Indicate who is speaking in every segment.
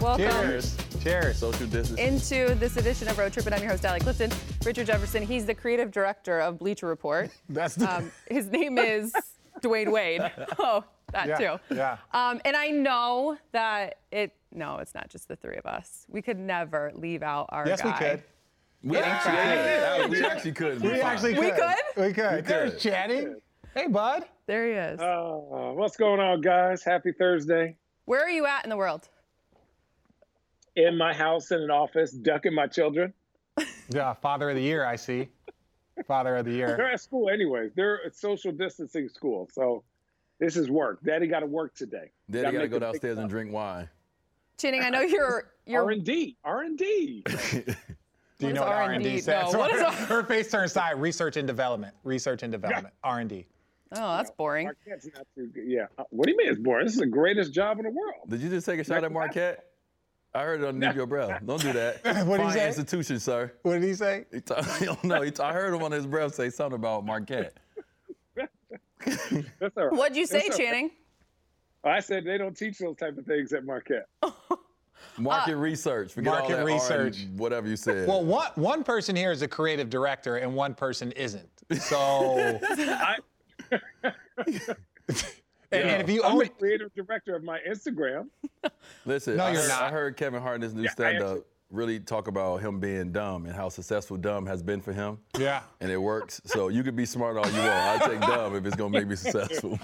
Speaker 1: Welcome.
Speaker 2: Cheers. Cheers. Social distancing.
Speaker 1: Into this edition of Road Trip, and I'm your host, Allie Clifton. Richard Jefferson, he's the creative director of Bleacher Report.
Speaker 2: That's the.
Speaker 1: Um, his name is Dwayne Wade. Oh, that
Speaker 2: Yeah,
Speaker 1: too.
Speaker 2: yeah.
Speaker 1: Um, and I know that it. No, it's not just the three of us. We could never leave out our
Speaker 2: yes,
Speaker 1: guy.
Speaker 2: we could.
Speaker 3: We actually, yeah, yeah, we actually could.
Speaker 2: We actually could.
Speaker 1: We could?
Speaker 2: We could. There's chatting. Hey, bud.
Speaker 1: There he is.
Speaker 4: Uh, what's going on, guys? Happy Thursday.
Speaker 1: Where are you at in the world?
Speaker 4: In my house, in an office, ducking my children.
Speaker 2: Yeah, father of the year, I see. Father of the
Speaker 4: They're
Speaker 2: year.
Speaker 4: at school anyways. They're at social distancing school, so this is work. Daddy got to work today.
Speaker 3: Daddy gotta
Speaker 4: make
Speaker 3: go
Speaker 4: a big
Speaker 3: downstairs and drink wine.
Speaker 1: Channing, I know you're.
Speaker 4: R
Speaker 1: you're
Speaker 4: and D, R and D.
Speaker 2: Do you
Speaker 1: what
Speaker 2: know
Speaker 1: is
Speaker 2: what R and
Speaker 1: R&D?
Speaker 2: D stands
Speaker 1: No, what
Speaker 2: for?
Speaker 1: is R-
Speaker 2: Her face turned side. Research and development. Research and development. R and D.
Speaker 1: oh, that's boring.
Speaker 4: Marquette's not too good. Yeah. Uh, What do you mean it's boring? This is the greatest job in the world.
Speaker 3: Did you just take a shot at Marquette? I heard it underneath your breath. Don't do that.
Speaker 2: What'd he
Speaker 3: Fine
Speaker 2: say?
Speaker 3: institution, sir.
Speaker 2: What did he say?
Speaker 3: He t- I don't know. He t- I heard him on his breath say something about Marquette.
Speaker 4: That's all right.
Speaker 1: What'd you say,
Speaker 4: That's all right.
Speaker 1: Channing?
Speaker 4: I said they don't teach those type of things at Marquette.
Speaker 3: Market research. Forget all
Speaker 2: market
Speaker 3: that
Speaker 2: Uh, research.
Speaker 3: R and whatever you said.
Speaker 2: Well, one one person here is a creative director and one person isn't. So,
Speaker 4: I,
Speaker 2: and, and if you
Speaker 4: I'm
Speaker 2: own
Speaker 4: the creative director of my Instagram.
Speaker 3: Listen,
Speaker 2: No,
Speaker 3: I,
Speaker 2: you're
Speaker 3: heard,
Speaker 2: not.
Speaker 3: I heard Kevin Hart in his new
Speaker 4: I
Speaker 3: stand up
Speaker 4: actually-
Speaker 3: really talk about him being dumb and how successful dumb has been for him.
Speaker 2: yeah.
Speaker 3: And it works. So you could be smart all you want. I take dumb if it's gonna make me successful.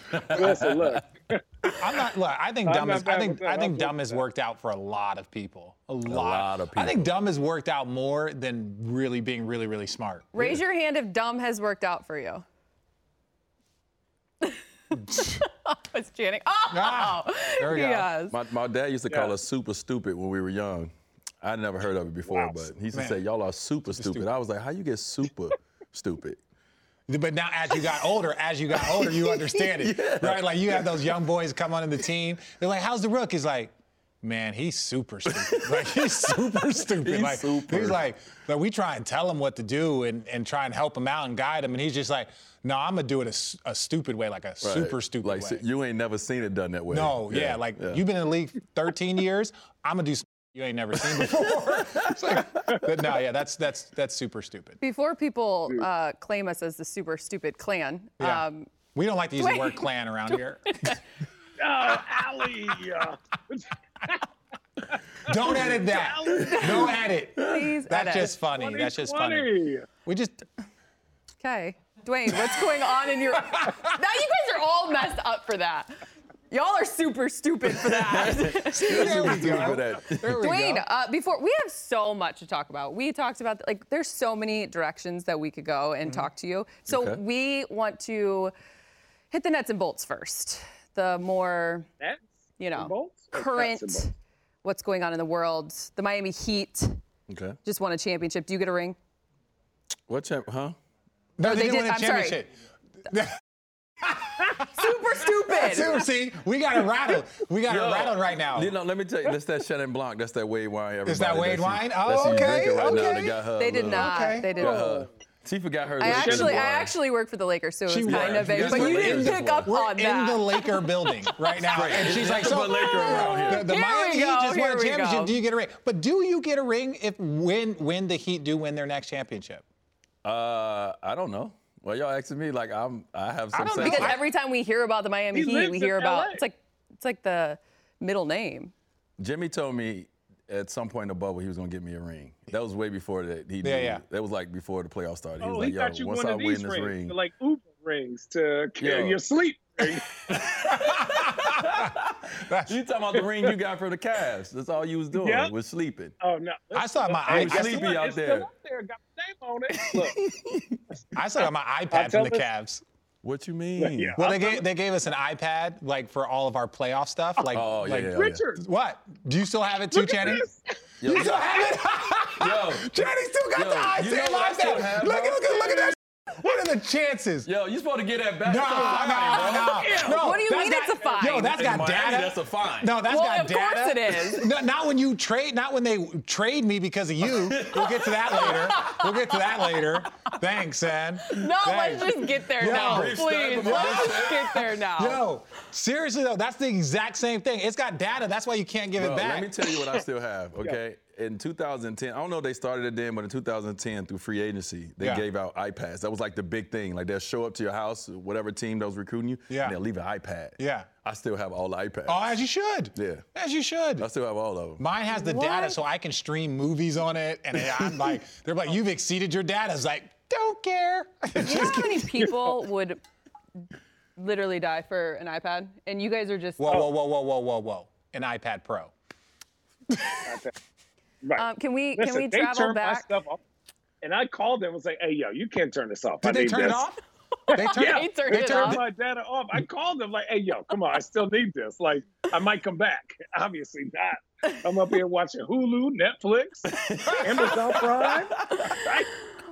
Speaker 4: Listen, look.
Speaker 2: I'm not. Look, I think
Speaker 4: I'm
Speaker 2: dumb
Speaker 4: not
Speaker 2: is. I
Speaker 4: bad
Speaker 2: think.
Speaker 4: with that.
Speaker 2: I think
Speaker 4: I'm
Speaker 2: dumb
Speaker 4: good
Speaker 2: has
Speaker 4: with that.
Speaker 2: worked out for a lot of people. A lot.
Speaker 3: lot of
Speaker 2: I think
Speaker 3: people.
Speaker 2: dumb has worked out more than really being really really smart.
Speaker 1: Raise your hand if dumb has worked out for you. it's Channing. Oh,
Speaker 2: Ah, there we go.
Speaker 1: yes.
Speaker 3: My, my dad used to call
Speaker 4: Yeah.
Speaker 3: us super stupid when we were young. I never heard of it before, but he used to
Speaker 2: Man.
Speaker 3: say, "Y'all are super, stupid. I was like, "How you get super stupid?"
Speaker 2: But now, as you got older, as you got older, you understand it, right? Like you have those young boys come onto the team. They're like, "How's the rook?" He's like, "Man, he's super stupid. Like he's super stupid.
Speaker 3: He's
Speaker 2: like
Speaker 3: super.
Speaker 2: he's like, like we try and tell him what to do and and try and help him out and guide him, and he's just like, "No, I'm gonna do it a, s- a stupid way, like a super
Speaker 3: Like-
Speaker 2: stupid
Speaker 3: Like
Speaker 2: way."
Speaker 3: si- you ain't never seen it done that way.
Speaker 2: No, yeah, like you've been in the league 13 years. I'm gonna do something you ain't never seen before. It's like- but no, yeah, that's that's that's super stupid.
Speaker 1: Before people uh, claim us as the super stupid clan,
Speaker 2: Yeah.
Speaker 1: um,
Speaker 2: we don't like to use the word
Speaker 1: Dwayne-
Speaker 2: clan around here.
Speaker 4: Oh, Allie. uh,
Speaker 2: Don't edit that. No edit.
Speaker 1: please
Speaker 2: That's
Speaker 1: edit.
Speaker 2: just funny. That's just funny.
Speaker 4: 2020.
Speaker 2: We just
Speaker 1: okay. Dwayne, what's going on in your? now you guys are all messed up for that. Y'all are super stupid for that.
Speaker 2: there we
Speaker 3: Stupid
Speaker 2: go.
Speaker 3: at-
Speaker 2: There we
Speaker 1: Dwayne,
Speaker 2: go.
Speaker 1: uh, before we have so much to talk about. We talked about like there's so many directions that we could go
Speaker 2: Mm-hmm.
Speaker 1: and talk to you. So
Speaker 3: Okay.
Speaker 1: we want to hit the nuts and bolts first. The more
Speaker 4: That's
Speaker 1: you know,
Speaker 4: and bolts or nuts and bolts?
Speaker 1: current what's going on in the world. The Miami Heat
Speaker 3: okay.
Speaker 1: just won a championship. Do you get a ring?
Speaker 3: What champ? Huh?
Speaker 2: No,
Speaker 1: they
Speaker 2: they didn't
Speaker 1: did-
Speaker 2: win a
Speaker 1: I'm sorry.
Speaker 2: championship.
Speaker 1: Super stupid.
Speaker 2: Dude, See, we got it rattled. We got it
Speaker 3: Yo,
Speaker 2: rattled right now.
Speaker 3: You know, let me tell you, that's that Shannon Blanc. That's that Wade wine. Everybody.
Speaker 2: Is that Wade wine?
Speaker 3: She,
Speaker 2: Oh,
Speaker 3: that she's
Speaker 2: okay,
Speaker 3: drinking right now.
Speaker 2: okay.
Speaker 3: They got her. a
Speaker 1: They did
Speaker 3: little-
Speaker 1: not.
Speaker 2: Okay.
Speaker 1: They did
Speaker 3: Got
Speaker 1: not.
Speaker 2: Uh,
Speaker 3: her. She forgot her.
Speaker 1: I
Speaker 3: little Shannon
Speaker 1: actually, I
Speaker 3: Blanc.
Speaker 1: actually work for the Lakers, so it was
Speaker 2: She
Speaker 1: kind
Speaker 2: worked.
Speaker 1: of a,
Speaker 2: Yes,
Speaker 1: but
Speaker 2: the
Speaker 1: you
Speaker 2: Lakers
Speaker 1: didn't pick up
Speaker 2: We're
Speaker 1: on
Speaker 2: in
Speaker 1: that.
Speaker 2: the Laker building right now, and she's like, "So
Speaker 3: But Laker around here.
Speaker 2: the, the
Speaker 1: Here
Speaker 2: Miami
Speaker 1: we
Speaker 2: Heat
Speaker 1: go,
Speaker 2: just won
Speaker 1: here
Speaker 2: a
Speaker 1: we
Speaker 2: championship.
Speaker 1: go.
Speaker 2: Do you get a ring? But do you get a ring if when when the Heat do win their next championship?
Speaker 3: Uh, I don't know. Well, y'all asking me like I'm. I have some.
Speaker 2: don't know.
Speaker 3: sense.
Speaker 1: because
Speaker 2: I-
Speaker 1: every time we hear about the Miami
Speaker 4: He
Speaker 1: Heat,
Speaker 4: lives
Speaker 1: we
Speaker 4: in
Speaker 1: hear about
Speaker 4: LA.
Speaker 1: it's like it's like the middle name.
Speaker 3: Jimmy told me at some point in the bubble he was gonna get me a ring. That was way before that
Speaker 2: Yeah,
Speaker 3: he knew.
Speaker 2: yeah.
Speaker 3: That was like before the playoffs started. He was
Speaker 4: Oh,
Speaker 3: like,
Speaker 4: he thought
Speaker 3: yo,
Speaker 4: you
Speaker 3: once
Speaker 4: one
Speaker 3: I
Speaker 4: of
Speaker 3: win
Speaker 4: these
Speaker 3: this
Speaker 4: rings,
Speaker 3: ring.
Speaker 4: like Uber rings to cure
Speaker 3: Yo.
Speaker 4: your sleep. ring.
Speaker 3: you talking about the ring you got from the Cavs. That's all you was doing
Speaker 4: Yeah.
Speaker 3: was sleeping.
Speaker 4: Oh no!
Speaker 2: I saw my
Speaker 3: Hey,
Speaker 2: I,
Speaker 4: Guess
Speaker 3: sleepy
Speaker 4: what?
Speaker 3: out
Speaker 4: It's still
Speaker 3: there.
Speaker 4: up there. Got the name on it. Look,
Speaker 2: I still got my
Speaker 4: I'll
Speaker 2: iPad
Speaker 4: tell
Speaker 2: from the
Speaker 4: this-
Speaker 2: Cavs.
Speaker 3: What you mean?
Speaker 4: yeah.
Speaker 2: Well, they gave, they gave us an iPad like for all of our playoff stuff. Like,
Speaker 3: Oh, yeah,
Speaker 2: like-
Speaker 3: yeah.
Speaker 4: Richard,
Speaker 2: what? Do you still have it too,
Speaker 4: look at
Speaker 2: Channing?
Speaker 4: this.
Speaker 3: Yo,
Speaker 2: You still
Speaker 3: yo,
Speaker 2: have it?
Speaker 3: yo,
Speaker 2: Channing still got the
Speaker 3: Yo, you know
Speaker 2: iPad
Speaker 3: what I
Speaker 2: live
Speaker 3: still
Speaker 2: there.
Speaker 3: have,
Speaker 2: Look at
Speaker 3: bro?
Speaker 2: look at look at that. What in the are the chances?
Speaker 3: Yo, you supposed to get that back.
Speaker 2: No,
Speaker 3: That's a fine, bro.
Speaker 2: no, no, no.
Speaker 1: What do you
Speaker 2: that's
Speaker 1: mean
Speaker 2: got-
Speaker 1: it's a fine?
Speaker 2: Yo, that's
Speaker 3: In
Speaker 2: got
Speaker 3: Miami,
Speaker 2: data.
Speaker 3: that's a fine.
Speaker 2: No, that's
Speaker 1: Well,
Speaker 2: got
Speaker 1: of
Speaker 2: data.
Speaker 1: course it is.
Speaker 2: No, not when you trade. Not when they trade me because of you. We'll get to that later. We'll get to that later. Thanks, Sam.
Speaker 1: No, let's just get there
Speaker 2: Yo.
Speaker 1: now,
Speaker 2: Brief
Speaker 1: please.
Speaker 3: step,
Speaker 1: Let's
Speaker 3: come on, brief
Speaker 1: just get there now.
Speaker 2: Yo, seriously though, that's the exact same thing. It's got data. That's why you can't give it
Speaker 3: Bro,
Speaker 2: back.
Speaker 3: Let me tell you what I still have. Okay. In 2010, I don't know if they started it then, but in 2010, through free agency, they
Speaker 2: Yeah.
Speaker 3: gave out iPads. That was like the big thing. Like they'll show up to your house, whatever team that was recruiting you,
Speaker 2: Yeah.
Speaker 3: and they'll leave an iPad.
Speaker 2: Yeah.
Speaker 3: I still have all the iPads.
Speaker 2: oh, as you should.
Speaker 3: Yeah.
Speaker 2: As you should.
Speaker 3: I still have all of them.
Speaker 2: Mine has the data,
Speaker 1: What?
Speaker 2: so I can stream movies on it, and I'm like, they're like, you've exceeded your data. It's like, don't care.
Speaker 1: You know how many people would literally die for an iPad? And you guys are just.
Speaker 2: Whoa, whoa, whoa, whoa, whoa, whoa, whoa. An iPad Pro.
Speaker 4: Right.
Speaker 1: Um, can we
Speaker 4: Listen,
Speaker 1: can we
Speaker 4: they
Speaker 1: travel
Speaker 4: turned my
Speaker 1: back?
Speaker 4: stuff off, and I called them and was like, "Hey, yo, you can't turn this off." I
Speaker 2: Did they
Speaker 4: need
Speaker 2: turn it
Speaker 4: this.
Speaker 2: off? They turned,
Speaker 4: Yeah.
Speaker 1: They turned
Speaker 2: they
Speaker 1: it
Speaker 2: turned
Speaker 1: off.
Speaker 4: Turn my data off. I called them like, "Hey, yo, come on, I still need this. Like, I might come back. Obviously not. I'm up here watching Hulu, Netflix, Amazon Prime, Like,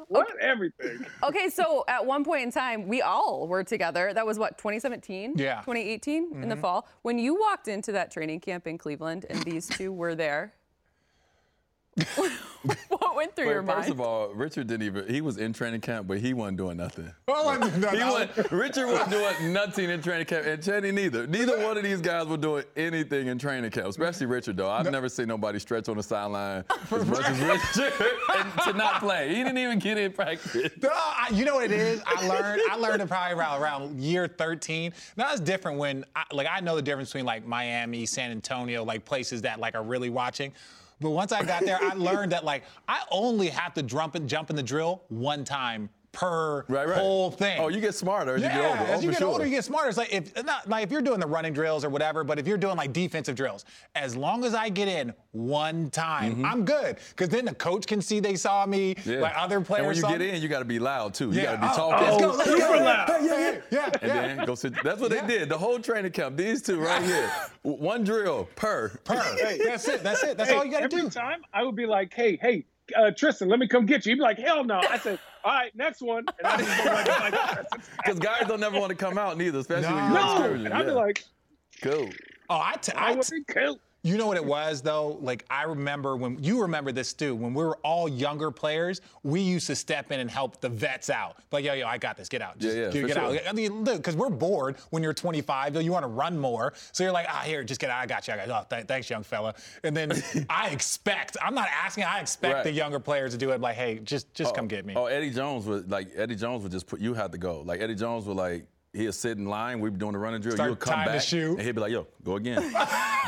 Speaker 4: what everything."
Speaker 1: Okay, so at one point in time, we all were together. That was what 2017,
Speaker 2: Yeah.
Speaker 1: 2018 in the fall when you walked into that training camp in Cleveland, and these two were there. what went through your
Speaker 3: Wait, first
Speaker 1: mind?
Speaker 3: of all, Richard didn't even, he was in training camp, but he wasn't doing nothing.
Speaker 2: Oh, no, no,
Speaker 3: He
Speaker 2: no.
Speaker 3: wasn't, Richard wasn't doing nothing in training camp, and Chetty neither. Neither one of these guys were doing anything in training camp, especially Richard, though. I've never seen nobody stretch on the sideline as much as Richard and to not play. He didn't even get in practice.
Speaker 2: No, I, you know what it is. I learned. I learned it probably around, around year 13. Now it's different when, I, like, I know the difference between like Miami, San Antonio, like places that like are really watching. But once I got there, I learned that like I only have to jump and jump in the drill one time per
Speaker 3: Right, right.
Speaker 2: whole thing.
Speaker 3: Oh, you get smarter as
Speaker 2: yeah,
Speaker 3: you get older.
Speaker 2: as
Speaker 3: oh,
Speaker 2: you
Speaker 3: for
Speaker 2: get
Speaker 3: sure.
Speaker 2: older, you get smarter. It's like if not like if you're doing the running drills or whatever, but if you're doing like defensive drills, as long as I get in one time, I'm good. Because then the coach can see they saw me.
Speaker 3: Mm-hmm. Yeah.
Speaker 2: Like other players.
Speaker 3: And when you
Speaker 2: saw me.
Speaker 3: get in, you got to be loud too. You got to be
Speaker 2: Oh,
Speaker 3: talking.
Speaker 2: Let's go.
Speaker 4: Oh,
Speaker 2: Let's
Speaker 4: super
Speaker 2: go.
Speaker 4: loud.
Speaker 2: Yeah, yeah, yeah.
Speaker 3: And
Speaker 2: yeah.
Speaker 3: then go sit. That's what
Speaker 2: Yeah.
Speaker 3: they did. The whole training camp. These two right here. W- One drill per.
Speaker 2: Purr. That's it. That's it. That's
Speaker 4: Hey,
Speaker 2: all you got to
Speaker 4: every
Speaker 2: do.
Speaker 4: time I would be like, "Hey, hey, uh, Tristan, let me come get you." He'd be like, "Hell no!" I said, "All right, next one." And I just go like, like,
Speaker 3: Because guys don't never want to come out neither, especially when you're
Speaker 2: No.
Speaker 4: no,
Speaker 3: experienced.
Speaker 4: and I'd be
Speaker 3: Yeah.
Speaker 4: like,
Speaker 3: cool.
Speaker 2: Oh, I, t-
Speaker 4: "I
Speaker 2: I,
Speaker 4: would
Speaker 2: t-
Speaker 4: be cool."
Speaker 2: you know what it was though. Like I remember when you remember this too. When we were all younger players, we used to step in and help the vets out. Like yo, yo, I got this. Get out. Just
Speaker 3: yeah,
Speaker 2: get,
Speaker 3: for
Speaker 2: get out.
Speaker 3: sure.
Speaker 2: I mean, look, because we're bored when you're 25. though, You want to run more, so you're like, ah, here, just get out. I got you. I got you. Oh, th- thanks, young fella. And then I expect. I'm not asking. I expect
Speaker 3: Right.
Speaker 2: the younger players to do it. Like, hey, just just come get me.
Speaker 3: Oh, Eddie Jones would like Eddie Jones would just put you had to go. Like Eddie Jones would like he'd sit in line. We'd be doing the running drill.
Speaker 2: Start
Speaker 3: you would come
Speaker 2: tying the
Speaker 3: back
Speaker 2: shoe.
Speaker 3: and he'd be like, "Yo, go again. you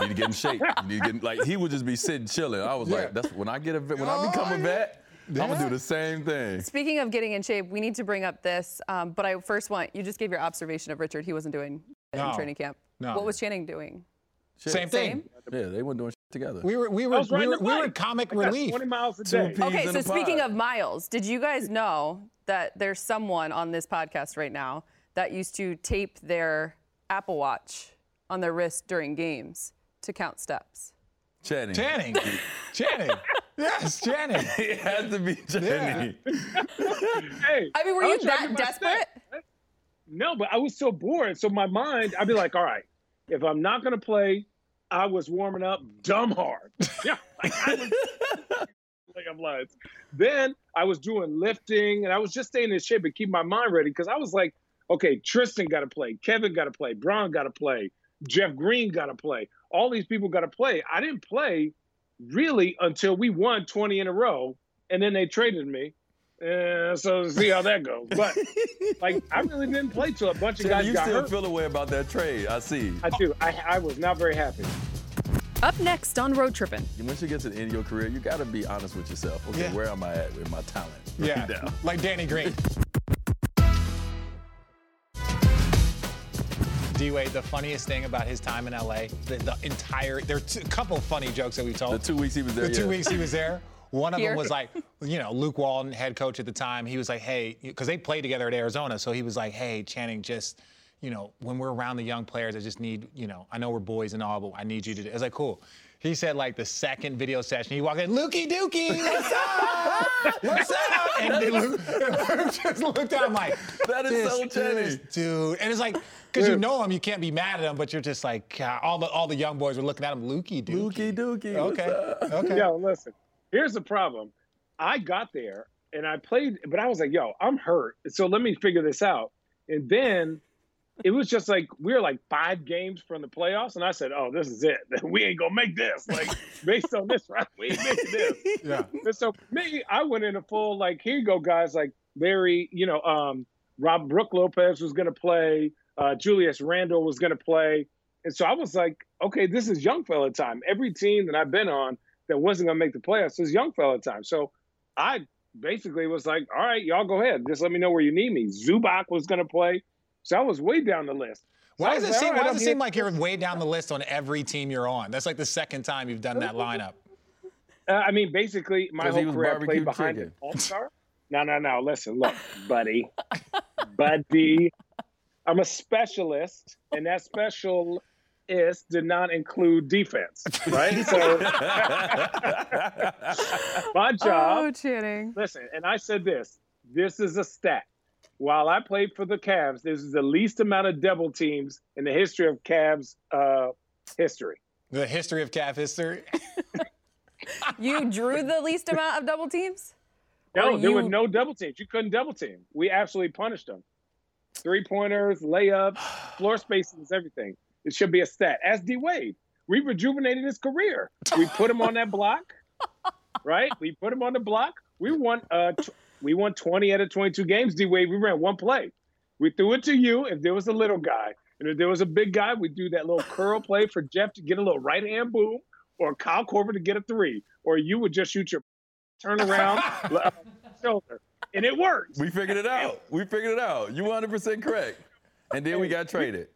Speaker 3: need to get in shape. You need to get in, like he would just be sitting chilling. I was
Speaker 2: Yeah.
Speaker 3: like, that's when I get a vet, when
Speaker 2: Oh,
Speaker 3: I become a
Speaker 2: yeah.
Speaker 3: vet, I'm
Speaker 2: Yeah.
Speaker 3: gonna do the same thing.
Speaker 1: Speaking of getting in shape, we need to bring up this. Um, but I first want you just gave your observation of Richard. He wasn't doing it
Speaker 2: No.
Speaker 1: in training camp.
Speaker 2: No.
Speaker 1: What was Channing doing?
Speaker 3: Shit.
Speaker 2: Same thing.
Speaker 1: Same?
Speaker 3: Yeah, they weren't doing shit together.
Speaker 2: We were we
Speaker 4: I
Speaker 2: were
Speaker 4: was
Speaker 2: we
Speaker 4: riding
Speaker 2: were,
Speaker 4: the
Speaker 2: we were
Speaker 4: bike.
Speaker 2: comic
Speaker 4: I got
Speaker 2: relief.
Speaker 4: 20 miles a
Speaker 2: to
Speaker 4: day.
Speaker 2: be-
Speaker 1: Okay,
Speaker 3: in
Speaker 1: so
Speaker 3: a pod.
Speaker 1: speaking of miles, did you guys know that there's someone on this podcast right now that used to tape their Apple Watch on their wrist during games to count steps?
Speaker 3: Channing.
Speaker 2: Channing. Channing. Yes, Channing.
Speaker 3: It has to be Channing.
Speaker 4: Hey,
Speaker 1: I mean, were
Speaker 4: I
Speaker 1: you
Speaker 4: was trying to
Speaker 1: that
Speaker 4: do my
Speaker 1: desperate?
Speaker 4: step. No, but I was so bored. So my mind, I'd be like, all right, if I'm not gonna play, I was warming up dumb hard. Yeah, like I was play of lines. Then I was doing lifting, and I was just staying in shape and keep my mind ready because I was like, okay, Tristan got to play, Kevin got to play, Braun got to play, Jeff Green got to play. All these people got to play. I didn't play really until we won 20 in a row, and then they traded me. Uh, so see how that goes. But like, I really didn't play till a bunch of
Speaker 3: Channing,
Speaker 4: guys
Speaker 3: you
Speaker 4: got
Speaker 3: still
Speaker 4: hurt.
Speaker 3: feel a way about that trade. I see.
Speaker 4: I do. I, I was not very happy.
Speaker 1: Up next on Road Trippin'.
Speaker 3: Once you get to the end of your career, you got to be honest with yourself. Okay,
Speaker 2: Yeah.
Speaker 3: where am I at with my talent? right
Speaker 2: Yeah.
Speaker 3: now?
Speaker 2: Like Danny Green. D Wade, the funniest thing about his time in LA, the, the entire, there are two, a couple funny jokes that we told.
Speaker 3: The two weeks he was there.
Speaker 2: the two
Speaker 3: yeah.
Speaker 2: weeks he was there. One of
Speaker 1: Here.
Speaker 2: them was like, you know, Luke Walton, head coach at the time. He was like, hey, because they played together at Arizona, so he was like, hey, Channing, just, you know, when we're around the young players, I just need, you know, I know we're boys and all, but I need you to. do-" I was like, cool. He said like the second video session, he walked in, Lukey Dookie, what's up? what's up? And then Luke, Luke just looked at him like,
Speaker 3: That is so
Speaker 2: this
Speaker 3: Jenny.
Speaker 2: dude. And it's like, because you know him, you can't be mad at him, but you're just like, God, all the all the young boys were looking at him, Lukey Dookie.
Speaker 3: Dookie Dookie. what's
Speaker 2: Okay.
Speaker 3: up?
Speaker 2: Okay.
Speaker 4: Yo, listen. Here's the problem. I got there and I played, but I was like, yo, I'm hurt. So let me figure this out. And then it was just like we were like five games from the playoffs, and I said, "Oh, this is it. We ain't gonna make this. Like based on this, right? We ain't making this."
Speaker 2: Yeah.
Speaker 4: And so for me, I went in a full like, here you go, guys. Like Larry, you know, um, Rob Brooke Lopez was going to play. Uh, Julius Randle was going to play. And so I was like, okay, this is young fella time. Every team that I've been on that wasn't going to make the playoffs is young fella time. So I basically was like, all right, y'all go ahead. Just let me know where you need me. Zubac was going to play. So I was way down the list.
Speaker 2: Why
Speaker 4: So I
Speaker 2: does it
Speaker 4: was
Speaker 2: seem
Speaker 4: like,
Speaker 2: why
Speaker 4: all right,
Speaker 2: does
Speaker 4: I'm
Speaker 2: it
Speaker 4: here.
Speaker 2: seem like you're way down the list on every team you're on? That's like the second time you've done that lineup.
Speaker 4: Uh, I mean, basically, my
Speaker 3: 'Cause he
Speaker 4: whole
Speaker 3: was
Speaker 4: career I
Speaker 3: barbecue
Speaker 4: played behind
Speaker 3: chicken.
Speaker 4: an all star. No, no, no. Listen, look, buddy, buddy. I'm a specialist, and that specialist did not include defense, right? So my job.
Speaker 1: Oh, Channing.
Speaker 4: Listen, and I said this. This is a stat. While I played for the Cavs, this is the least amount of double teams in the history of Cavs uh, history.
Speaker 2: The history of calf history.
Speaker 1: You drew the least amount of double teams?
Speaker 4: No,
Speaker 1: Or
Speaker 4: there was
Speaker 1: you-
Speaker 4: no double teams. You couldn't double team. We absolutely punished them. Three pointers, layups, floor spacings, everything. It should be a stat. As D Wade, we rejuvenated his career. We put him on that block, right? We put him on the block. We won. Uh, tw- we won 20 out of 22 games. D Wade, we ran one play. We threw it to you. If there was a little guy, and if there was a big guy, we do that little curl play for Jeff to get a little right hand boom, or Kyle Corver to get a three, or you would just shoot your turn around uh, shoulder, and it worked.
Speaker 3: We figured it out. We figured it out. You 100% correct. And then we got traded.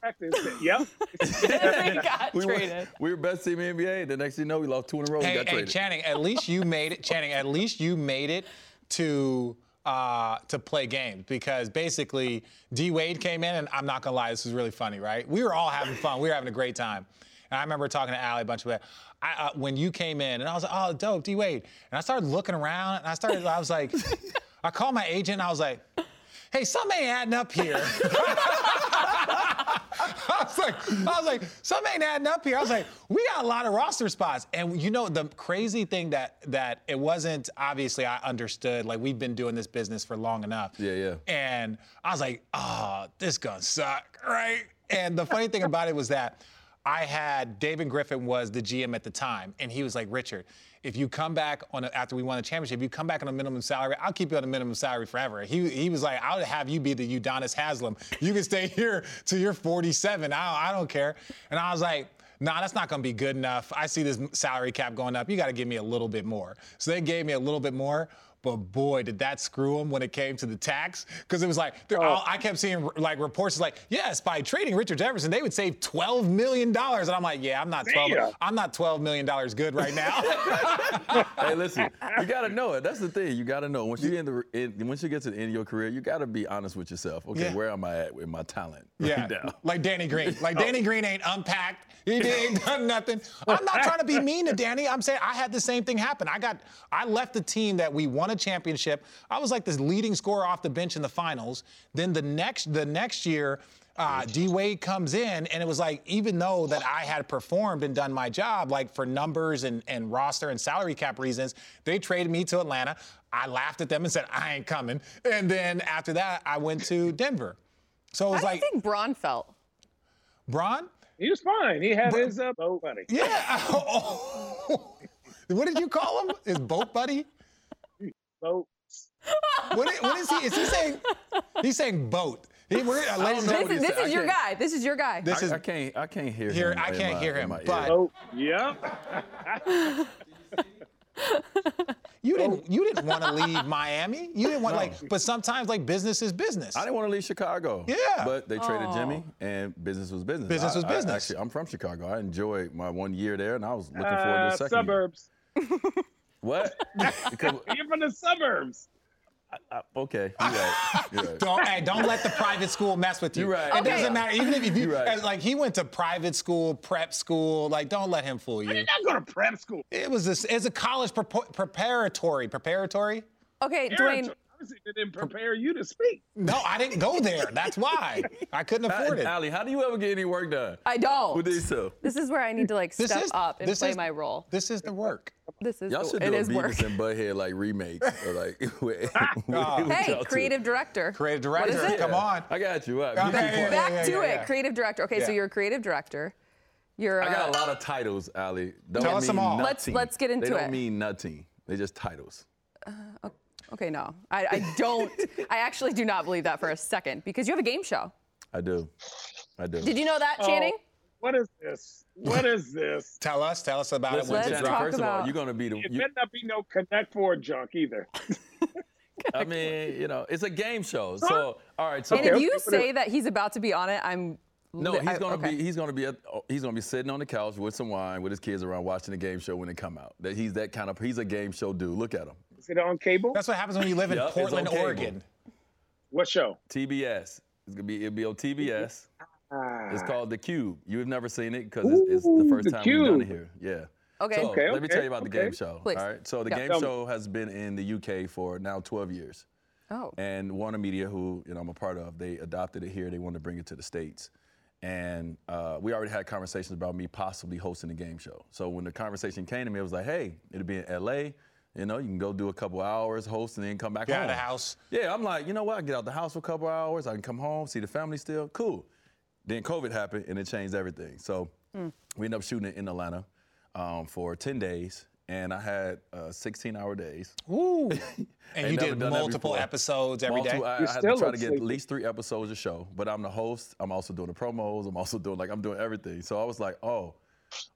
Speaker 4: Practice it. Yep.
Speaker 1: They got
Speaker 3: We, were-
Speaker 1: traded.
Speaker 3: we were best team in NBA. The next thing you know, we lost two in a row. we
Speaker 2: hey,
Speaker 3: got
Speaker 2: hey,
Speaker 3: traded.
Speaker 2: Channing, at least you made it. Channing, at least you made it to uh, to play games because basically D Wade came in, and I'm not gonna lie, this was really funny, right? We were all having fun. We were having a great time. And I remember talking to Allie a bunch of that. I, uh, when you came in, and I was like, "Oh, dope, D Wade." And I started looking around, and I started. I was like, I called my agent. and I was like, "Hey, something ain't adding up here." I was like, I was like, something ain't adding up here. I was like, we got a lot of roster spots. And you know, the crazy thing that that it wasn't obviously I understood, like we've been doing this business for long enough.
Speaker 3: Yeah, yeah.
Speaker 2: And I was like, oh, this gonna suck, right? And the funny thing about it was that I had David Griffin was the GM at the time, and he was like, Richard, if you come back on a, after we won the championship, if you come back on a minimum salary, I'll keep you on a minimum salary forever. He he was like, I'll have you be the Udonis Haslam. You can stay here till you're 47. I I don't care. And I was like. Nah, that's not gonna be good enough. I see this salary cap going up. You gotta give me a little bit more. So they gave me a little bit more, but boy, did that screw them when it came to the tax. Because it was like, they're all, I kept seeing like reports like, yes, by trading Richard Jefferson, they would save $12 million. And I'm like, yeah, I'm not 12,
Speaker 4: Damn.
Speaker 2: I'm not $12 million good right now.
Speaker 3: hey, listen, you gotta know it. That's the thing. You gotta know once you in the in, once you get to the end of your career, you gotta be honest with yourself. Okay,
Speaker 2: Yeah.
Speaker 3: where am I at with my talent
Speaker 2: yeah.
Speaker 3: right now? Oh.
Speaker 2: Like Danny Green. Like Danny Green ain't unpacked. He ain't done nothing. I'm not trying to be mean to Danny. I'm saying I had the same thing happen. I got I left the team that we won a championship. I was like this leading scorer off the bench in the finals. Then the next the next year uh, D Wade comes in, and it was like, even though that I had performed and done my job, like for numbers and, and roster and salary cap reasons, they traded me to Atlanta. I laughed at them and said, I ain't coming. And then after that, I went to Denver. So it
Speaker 1: I
Speaker 2: was
Speaker 1: do
Speaker 2: like,
Speaker 1: think Braun felt.
Speaker 2: Braun?
Speaker 4: He was fine. He had his uh, boat buddy.
Speaker 2: Yeah. Oh. what did you call him? His boat buddy?
Speaker 4: Boat.
Speaker 2: What is, what is he? Is he saying? He's saying boat. He, we're, uh, ladies and
Speaker 3: know
Speaker 1: This
Speaker 3: what
Speaker 2: gentlemen,
Speaker 1: is,
Speaker 3: he
Speaker 1: this
Speaker 3: said.
Speaker 1: is
Speaker 3: I
Speaker 1: your
Speaker 3: can't-
Speaker 1: guy. This is your guy.
Speaker 2: this is
Speaker 3: I, I can't. I can't hear.
Speaker 2: Here,
Speaker 3: him
Speaker 2: I
Speaker 3: in
Speaker 2: can't
Speaker 3: my-
Speaker 2: hear
Speaker 3: in
Speaker 2: him,
Speaker 3: my
Speaker 2: but-
Speaker 3: ear.
Speaker 4: Boat. Yep.
Speaker 2: you didn't you didn't want to leave Miami. You didn't want like, but sometimes like business is business.
Speaker 3: I didn't want to leave Chicago.
Speaker 2: Yeah.
Speaker 3: But they traded
Speaker 1: Aw.
Speaker 3: Jimmy, and business was business.
Speaker 2: Business
Speaker 3: I-
Speaker 2: was
Speaker 3: I-
Speaker 2: business.
Speaker 3: actually, I'm from Chicago. I enjoyed my one year there, and I was looking forward to
Speaker 4: Uh,
Speaker 3: the second. year.
Speaker 4: suburbs.
Speaker 3: What? Because-
Speaker 4: You're from the suburbs.
Speaker 3: I, okay, you're right. You're right.
Speaker 2: Don't hey, don't let the private school mess with you.
Speaker 3: You're right.
Speaker 2: It
Speaker 1: Okay.
Speaker 2: doesn't matter. Even if, if you
Speaker 3: You're right.
Speaker 2: as, like he went to private school, prep school, like don't let him fool
Speaker 4: I
Speaker 2: you.
Speaker 4: did not go to prep school.
Speaker 2: It was this it's a college prepo- preparatory. Preparatory?
Speaker 1: Okay,
Speaker 4: Parents
Speaker 1: Dwayne.
Speaker 4: obviously didn't prepare you to speak.
Speaker 2: No, I didn't go there. That's why. I couldn't afford it.
Speaker 3: Allie, how do you ever get any work done
Speaker 1: I
Speaker 3: with
Speaker 1: don't.
Speaker 3: these two?
Speaker 1: This is where I need to like
Speaker 2: This
Speaker 1: step
Speaker 2: is-
Speaker 1: up and
Speaker 2: this
Speaker 1: play
Speaker 2: is-
Speaker 1: my role.
Speaker 2: This is the work.
Speaker 1: This is
Speaker 3: Y'all
Speaker 1: the-
Speaker 3: should
Speaker 1: it
Speaker 3: do a
Speaker 1: is
Speaker 3: Beavis
Speaker 1: work. Ah,
Speaker 3: and Butthead like remake or like. with- with
Speaker 1: Hey,
Speaker 3: y'all two.
Speaker 1: creative director.
Speaker 2: Creative
Speaker 1: What is
Speaker 2: director,
Speaker 1: it?
Speaker 2: come on.
Speaker 3: I got you. What?
Speaker 2: Okay.
Speaker 3: You keep going.
Speaker 2: Yeah,
Speaker 1: Back
Speaker 2: yeah,
Speaker 1: to
Speaker 2: yeah,
Speaker 1: it.
Speaker 2: yeah.
Speaker 1: Creative director. Okay, so
Speaker 2: Yeah.
Speaker 1: you're a creative director. You're.
Speaker 3: I got a
Speaker 1: uh,
Speaker 3: lot of titles, Ali. Don't
Speaker 2: Tell
Speaker 3: mean
Speaker 2: us them all.
Speaker 1: Let's-
Speaker 3: nothing.
Speaker 1: let's get into
Speaker 3: they They
Speaker 1: it.
Speaker 3: don't mean nothing. They just titles.
Speaker 1: Okay, no, I, I don't. I actually do not believe that for a second because you have a game show.
Speaker 3: I do. I do.
Speaker 1: Did you know that, Channing?
Speaker 4: What is this? What is this?
Speaker 2: Tell us, tell us about
Speaker 3: Listen,
Speaker 2: it.
Speaker 1: Let's
Speaker 2: When's it
Speaker 3: Jennifer,
Speaker 1: talk
Speaker 2: drop?
Speaker 3: first of all,
Speaker 1: about-
Speaker 3: you're gonna be the.
Speaker 4: It
Speaker 3: You,
Speaker 4: better not be no Connect Four junk either.
Speaker 3: I mean, you know, it's a game show. So, all right. So,
Speaker 1: and
Speaker 4: Okay,
Speaker 1: if
Speaker 4: okay,
Speaker 1: you
Speaker 4: but
Speaker 1: say that he's about to be on it, I'm.
Speaker 3: no,
Speaker 1: li-
Speaker 3: he's
Speaker 1: I-
Speaker 3: gonna
Speaker 1: okay.
Speaker 3: be he's gonna be at, oh, he's gonna be sitting on the couch with some wine with his kids around watching the game show when it come out. That he's that kind of he's a game show dude. Look at him.
Speaker 4: Is it on cable?
Speaker 2: That's what happens when you live in
Speaker 3: Yup, it's on
Speaker 2: Portland,
Speaker 3: cable.
Speaker 2: Oregon.
Speaker 4: What show?
Speaker 3: TBS. It's gonna be it'll be on TBS.
Speaker 4: Ah,
Speaker 3: It's called The Cube. You've never seen it because it's, it's the
Speaker 4: Ooh,
Speaker 3: first
Speaker 4: The
Speaker 3: time we've done it
Speaker 4: Cube.
Speaker 3: here. Yeah.
Speaker 1: Okay.
Speaker 3: So
Speaker 4: Okay,
Speaker 3: let me
Speaker 4: okay,
Speaker 3: tell you about the
Speaker 4: okay.
Speaker 3: game show.
Speaker 1: Please.
Speaker 3: All right. So the
Speaker 1: Yeah.
Speaker 3: game
Speaker 4: Tell me.
Speaker 3: show has been in the UK for now 12 years,
Speaker 1: Oh.
Speaker 3: and Warner Media, who you know I'm a part of, they adopted it here. They wanted to bring it to the states, and uh, we already had conversations about me possibly hosting the game show. So when the conversation came to me, it was like, hey, it'll be in LA. You know, you can go do a couple hours, host, and then come back
Speaker 2: Get
Speaker 3: home.
Speaker 2: out of the house.
Speaker 3: Yeah, I'm like, you know what? I can get out the house for a couple hours. I can come home, see the family still. Cool. Then COVID happened and it changed everything. So we ended up shooting it in Atlanta um, for 10 days. And I had uh, 16 hour days.
Speaker 2: Ooh. And you
Speaker 3: never
Speaker 2: did
Speaker 3: done that
Speaker 2: multiple
Speaker 3: before.
Speaker 2: episodes every day.
Speaker 3: Multiple- I, I
Speaker 4: You
Speaker 3: had to
Speaker 4: still
Speaker 3: try
Speaker 4: look
Speaker 3: to get at
Speaker 4: sleepy.
Speaker 3: least three episodes a show, but I'm the host. I'm also doing the promos. I'm also doing like, I'm doing everything. So I was like, oh,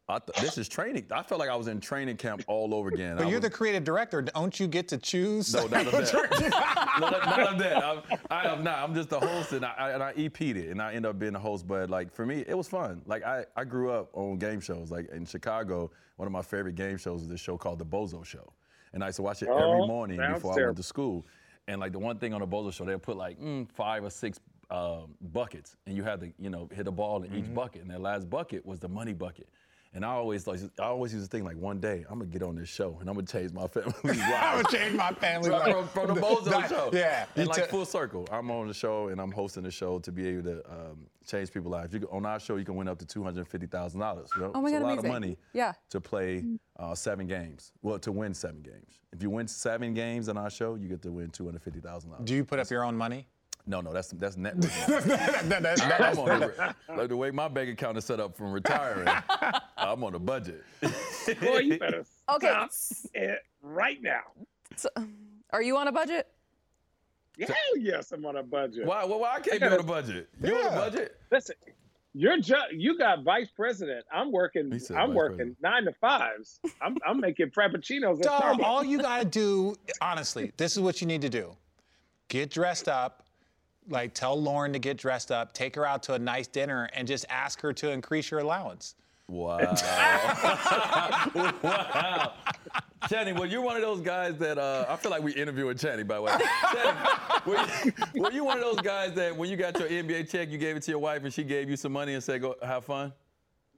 Speaker 3: I th- this is training. I felt like I was in training camp all over again.
Speaker 2: But
Speaker 3: I
Speaker 2: you're
Speaker 3: was-
Speaker 2: the creative director. Don't you get to choose?
Speaker 3: No, none of that. no, that- none of that. I'm, I am not. I'm just the host, and I, I and I EP'd it, and I end up being the host. But like for me, it was fun. Like I, I grew up on game shows. Like in Chicago, one of my favorite game shows was this show called The Bozo Show, and I used to watch it every
Speaker 4: Oh,
Speaker 3: morning
Speaker 4: sounds
Speaker 3: before I went
Speaker 4: terrible.
Speaker 3: to school. And like the one thing on the Bozo Show, they'll put like mm, five or six um, buckets, and you had to you know hit a ball in each bucket, and that last bucket was the money bucket. And I always like I always used to think like one day I'm gonna get on this show and I'm gonna change my family's life.
Speaker 2: I would change my family
Speaker 3: From-
Speaker 2: life.
Speaker 3: from, from the Bozo
Speaker 2: That-
Speaker 3: show.
Speaker 2: Yeah.
Speaker 3: And
Speaker 2: You
Speaker 3: like
Speaker 2: took-
Speaker 3: full circle, I'm on the show and I'm hosting the show to be able to um, change people's lives. You can, on our show, you can win up to two hundred fifty thousand dollars. You know?
Speaker 1: Oh my
Speaker 3: it's
Speaker 1: God,
Speaker 3: a lot
Speaker 1: amazing.
Speaker 3: of money.
Speaker 1: Yeah.
Speaker 3: To play uh, seven games, well, to win seven games. If you win seven games on our show, you get to win two hundred fifty thousand dollars.
Speaker 2: Do you put up your own money?
Speaker 3: No, no, that's that's network.
Speaker 2: No, that's-
Speaker 3: I'm on the, like the way my bank account is set up from retiring, I'm on a budget.
Speaker 4: boy, you better
Speaker 1: Okay.
Speaker 4: stop it right now.
Speaker 1: so- are you on a budget?
Speaker 4: Hell yes, I'm on a budget.
Speaker 3: Why? Why, why I can't be on a budget? You on a
Speaker 2: Yeah.
Speaker 3: budget?
Speaker 4: Listen, you're ju- you got vice president. I'm working.
Speaker 3: He said
Speaker 4: I'm
Speaker 3: vice
Speaker 4: working
Speaker 3: president.
Speaker 4: nine to fives. I'm I'm making frappuccinos at
Speaker 2: Dog,
Speaker 4: Starbucks.
Speaker 2: all you gotta do, honestly, this is what you need to do: get dressed up. Like, tell Lauren to get dressed up, take her out to a nice dinner, and just ask her to increase your allowance.
Speaker 3: Wow. wow. Channing, well, you're one of those guys that uh, I feel like we interviewing Channing, by the way. Channing, were, you, were you one of those guys that when you got your NBA check, you gave it to your wife and she gave you some money and said, go have fun?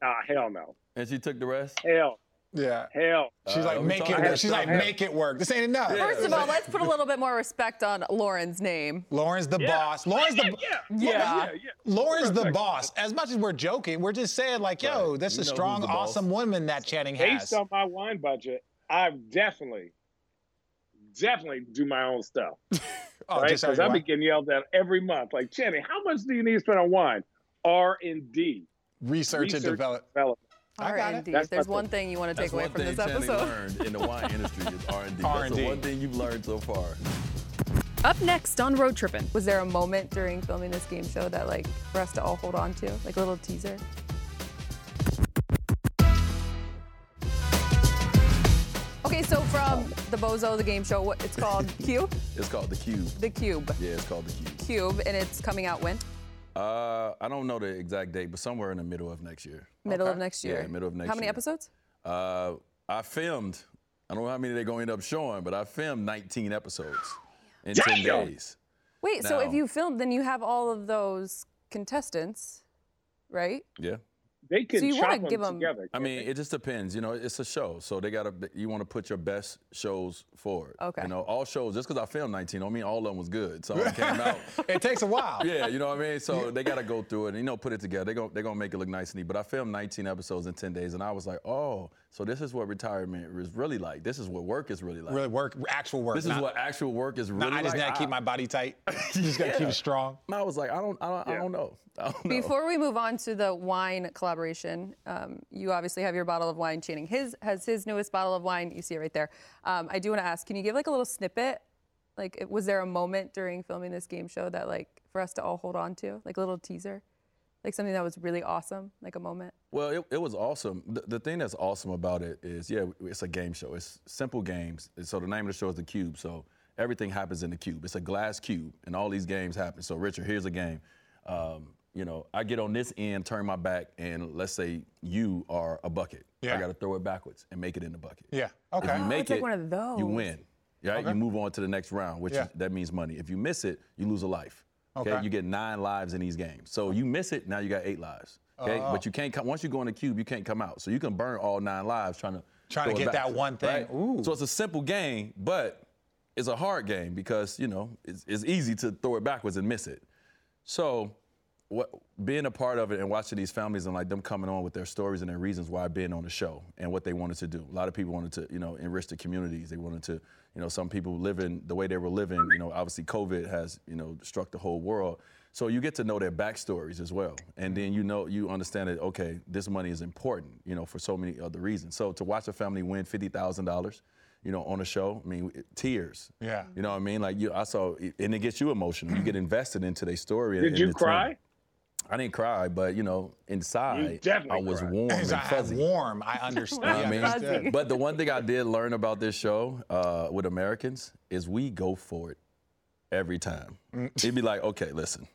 Speaker 4: Nah, hell no.
Speaker 3: And she took the rest?
Speaker 4: Hell,
Speaker 2: Yeah.
Speaker 4: hell.
Speaker 2: She's like,
Speaker 3: we
Speaker 2: make
Speaker 3: talking
Speaker 2: it
Speaker 3: about
Speaker 2: work. She's
Speaker 3: stuff
Speaker 2: like,
Speaker 3: now.
Speaker 2: make it work. This ain't enough.
Speaker 1: First of all, let's put a little bit more respect on Lauren's name.
Speaker 2: Lauren's the boss. Lauren's the
Speaker 4: yeah,
Speaker 1: Yeah.
Speaker 4: yeah, yeah.
Speaker 2: Lauren's the boss. As much as we're joking, we're just saying like, yo,
Speaker 3: Right.
Speaker 2: that's
Speaker 3: You
Speaker 2: a
Speaker 3: know
Speaker 2: strong,
Speaker 3: who's the boss.
Speaker 2: awesome woman that Channing has.
Speaker 4: Based on my wine budget, I definitely, definitely do my own stuff.
Speaker 2: Oh,
Speaker 4: right?
Speaker 2: just so
Speaker 4: Because
Speaker 2: you
Speaker 4: I be
Speaker 2: are.
Speaker 4: getting yelled at every month. Like, Channing, how much do you need to spend on wine? R and D.
Speaker 2: research and
Speaker 4: Research
Speaker 2: develop.
Speaker 4: development.
Speaker 2: I got it.
Speaker 1: R&D.
Speaker 4: That's
Speaker 1: There's
Speaker 4: my
Speaker 1: one thing you want to take
Speaker 3: That's
Speaker 1: away
Speaker 3: one
Speaker 1: from
Speaker 3: thing
Speaker 1: this
Speaker 3: Channing
Speaker 1: episode.
Speaker 3: learned in the wine industry is R&D. That's
Speaker 2: R&D.
Speaker 3: the one thing you've learned so far.
Speaker 1: Up next on Road Trippin'. Was there a moment during filming this game show that like for us to all hold on to, like a little teaser? Okay, so from the Bozo, the game show, what it's called, Cube,
Speaker 3: It's called The Cube.
Speaker 1: the Cube,
Speaker 3: Yeah, it's called The Cube.
Speaker 1: Cube, and it's coming out when?
Speaker 3: Uh, I don't know the exact date, but somewhere in the middle of next year.
Speaker 1: Middle of next year.
Speaker 3: Yeah, middle of next
Speaker 1: How many
Speaker 3: year.
Speaker 1: episodes?
Speaker 3: Uh, I filmed. I don't know how many they're gonna end up showing, but I filmed 19 episodes, in ten
Speaker 4: Damn!
Speaker 3: days.
Speaker 1: Wait, so if
Speaker 3: No.
Speaker 1: you filmed, then you have all of those contestants, right?
Speaker 3: Yeah.
Speaker 4: They could
Speaker 1: So you wanna
Speaker 4: chop them
Speaker 1: give 'em-
Speaker 4: together.
Speaker 3: I mean, it just depends. You know, it's a show, so they gotta. You want to put your best shows forward.
Speaker 1: Okay.
Speaker 3: You know, all shows. Just because I filmed 19, don't mean all of them was good. Some of them came out.
Speaker 2: It takes a while.
Speaker 3: Yeah, you know what I mean. So they gotta go through it and you know put it together. They go they gonna make it look nice and neat. But I filmed 19 episodes in 10 days, and I was like, oh, so this is what retirement is really like. This is what work is really like.
Speaker 2: Really work, actual work.
Speaker 3: This is
Speaker 2: Nah,
Speaker 3: what actual work is really
Speaker 2: I just
Speaker 3: like.
Speaker 2: gotta keep my body tight. You just gotta keep it strong.
Speaker 3: I was like, I don't, I don't, I
Speaker 4: Yeah.
Speaker 3: don't know. I don't know.
Speaker 1: Before we move on to the wine collaboration, um, you obviously have your bottle of wine. Channing his has his newest bottle of wine. You see it right there. Um, I do want to ask, can you give like a little snippet? Like, it- was there a moment during filming this game show that like for us to all hold on to, like a little teaser, like something that was really awesome, like a moment?
Speaker 3: Well, it, it was awesome. The, the thing that's awesome about it is, yeah, it's a game show. It's simple games. And So the name of the show is The Cube. So everything happens in the cube. It's a glass cube, and all these games happen. So Richard, here's a game. Um, you know, I get on this end, turn my back, and let's say you are a bucket.
Speaker 2: Yeah.
Speaker 3: I got to throw it backwards and make it in the bucket.
Speaker 2: Yeah.
Speaker 3: If
Speaker 2: Okay.
Speaker 3: you make
Speaker 1: Oh, it's like
Speaker 3: it,
Speaker 1: one of those.
Speaker 3: you win. Right? You move on to the next round, which
Speaker 2: Yeah.
Speaker 3: is, that means money. If you miss it, you lose a life. Okay.
Speaker 2: Okay.
Speaker 3: You get nine lives in these games. So you miss it, now you got eight lives. Okay.
Speaker 2: Oh.
Speaker 3: But you can't come once you go in the cube, you can't come out. So you can burn all nine lives trying to
Speaker 2: Trying to
Speaker 3: throw it
Speaker 2: get
Speaker 3: back,
Speaker 2: that one thing.
Speaker 3: right?
Speaker 2: Ooh.
Speaker 3: So it's a simple game, but it's a hard game because you know it's, it's easy to throw it backwards and miss it. So, what being a part of it and watching these families and like them coming on with their stories and their reasons why being on the show and what they wanted to do. A lot of people wanted to, you know, enrich the communities. They wanted to, you know, some people living the way they were living. You know, obviously COVID has, you know, struck the whole world. So you get to know their backstories as well, and then you know you understand that okay, this money is important, you know, for so many other reasons. So to watch a family win fifty thousand dollars, you know, on a show, I mean, tears.
Speaker 2: Yeah.
Speaker 3: You know what I mean? Like you, I saw, and it gets you emotional. You get invested into their story. and-
Speaker 4: Did
Speaker 3: and
Speaker 4: you
Speaker 3: the team.
Speaker 4: cry?
Speaker 3: I didn't cry, but you know, inside, I
Speaker 4: definitely
Speaker 3: was
Speaker 4: cried.
Speaker 3: warm and
Speaker 2: Because I have
Speaker 3: fuzzy.
Speaker 2: warm. I understand.
Speaker 3: I mean,
Speaker 2: I understand.
Speaker 3: but the one thing I did learn about this show uh, with Americans is we go for it every time.
Speaker 2: Mm.
Speaker 3: It'd be like, okay, listen,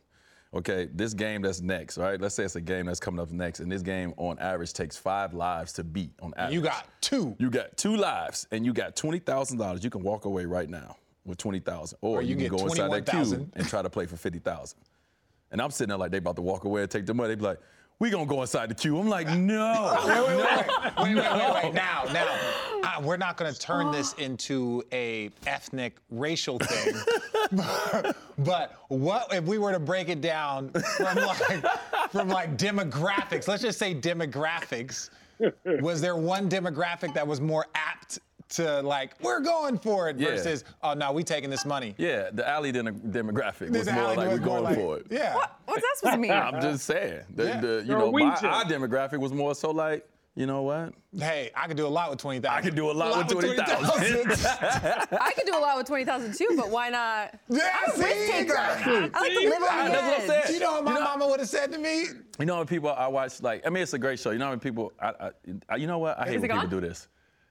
Speaker 3: okay, this game that's next, right? Let's say it's a game that's coming up next, and this game on average takes five lives to beat on average.
Speaker 2: You got two.
Speaker 3: You got two lives and you got twenty thousand dollars. You can walk away right now with twenty thousand, or,
Speaker 2: you
Speaker 3: you,
Speaker 2: get
Speaker 3: can go inside that cube
Speaker 2: 21,000.
Speaker 3: and try to play for fifty thousand. And I'm sitting there like they about to walk away and take the money. They be like, "We gonna go inside the cube." I'm like, "No."
Speaker 2: Oh, Wait, wait, wait, wait, wait, wait, wait, wait. Now, now, I, we're not going to turn this into a ethnic, racial thing. but what if we were to break it down from like from like demographics? Let's just say demographics. Was there one demographic that was more apt to like we're going for it
Speaker 3: Yeah.
Speaker 2: versus oh no, we taking this money?
Speaker 3: yeah, the alley dem- demographic was
Speaker 2: This
Speaker 3: more
Speaker 2: alley
Speaker 3: like we're
Speaker 2: was more
Speaker 3: going
Speaker 2: like-
Speaker 3: for it.
Speaker 2: Yeah.
Speaker 1: Uh, What's that supposed to mean?
Speaker 3: I'm just saying. The,
Speaker 2: Yeah.
Speaker 3: the- you know, my,
Speaker 4: Norwegian.
Speaker 3: our demographic was more so like, you know what?
Speaker 2: Hey, I could do a lot with twenty thousand.
Speaker 3: I could do a lot with 20,000.
Speaker 1: I could do a lot with twenty thousand too, but why not?
Speaker 2: Yeah,
Speaker 1: I'm a risk
Speaker 2: see,
Speaker 1: taker.
Speaker 2: exactly.
Speaker 1: I like to live
Speaker 2: Remember
Speaker 1: on
Speaker 2: I-
Speaker 1: the
Speaker 3: that's what I'm
Speaker 1: edge.
Speaker 3: saying.
Speaker 2: You know what my mama would have said to me?
Speaker 3: You know when people I watch like I mean it's a great show. You know when people I, I, I you know what I hate
Speaker 1: Is
Speaker 3: when
Speaker 1: it
Speaker 3: people
Speaker 1: gone?
Speaker 3: do this.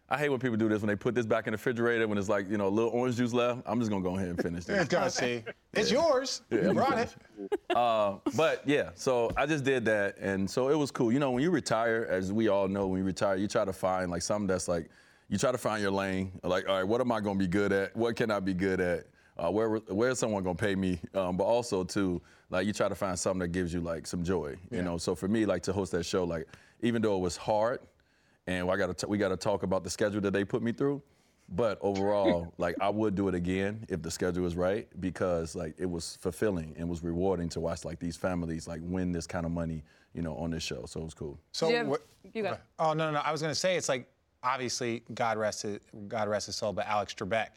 Speaker 3: I hate when people do this when they put this back in the refrigerator when it's like you know a little orange juice left. I'm just gonna go ahead and finish this.
Speaker 2: God, see, it's yours. you
Speaker 3: I'm
Speaker 2: brought
Speaker 3: good.
Speaker 2: it.
Speaker 3: Uh, but yeah, so I just did that, and so it was cool. You know, when you retire, as we all know, when you retire, you try to find like something that's like, you try to find your lane. Like, all right, what am I gonna be good at? What can I be good at? Uh, where where's someone gonna pay me? Um, but also too, like you try to find something that gives you like some joy. You know, so for me, like to host that show, like even though it was hard, and I got to we got to talk about the schedule that they put me through. But overall, like I would do it again if the schedule was right because like it was fulfilling and was rewarding to watch like these families like win this kind of money, you know, on this show. So it was cool.
Speaker 2: So
Speaker 1: Do you have-
Speaker 2: what?
Speaker 1: you got it.
Speaker 2: Oh no, no, no. I was gonna say it's like obviously God rest his, God rest his soul, but Alex Trebek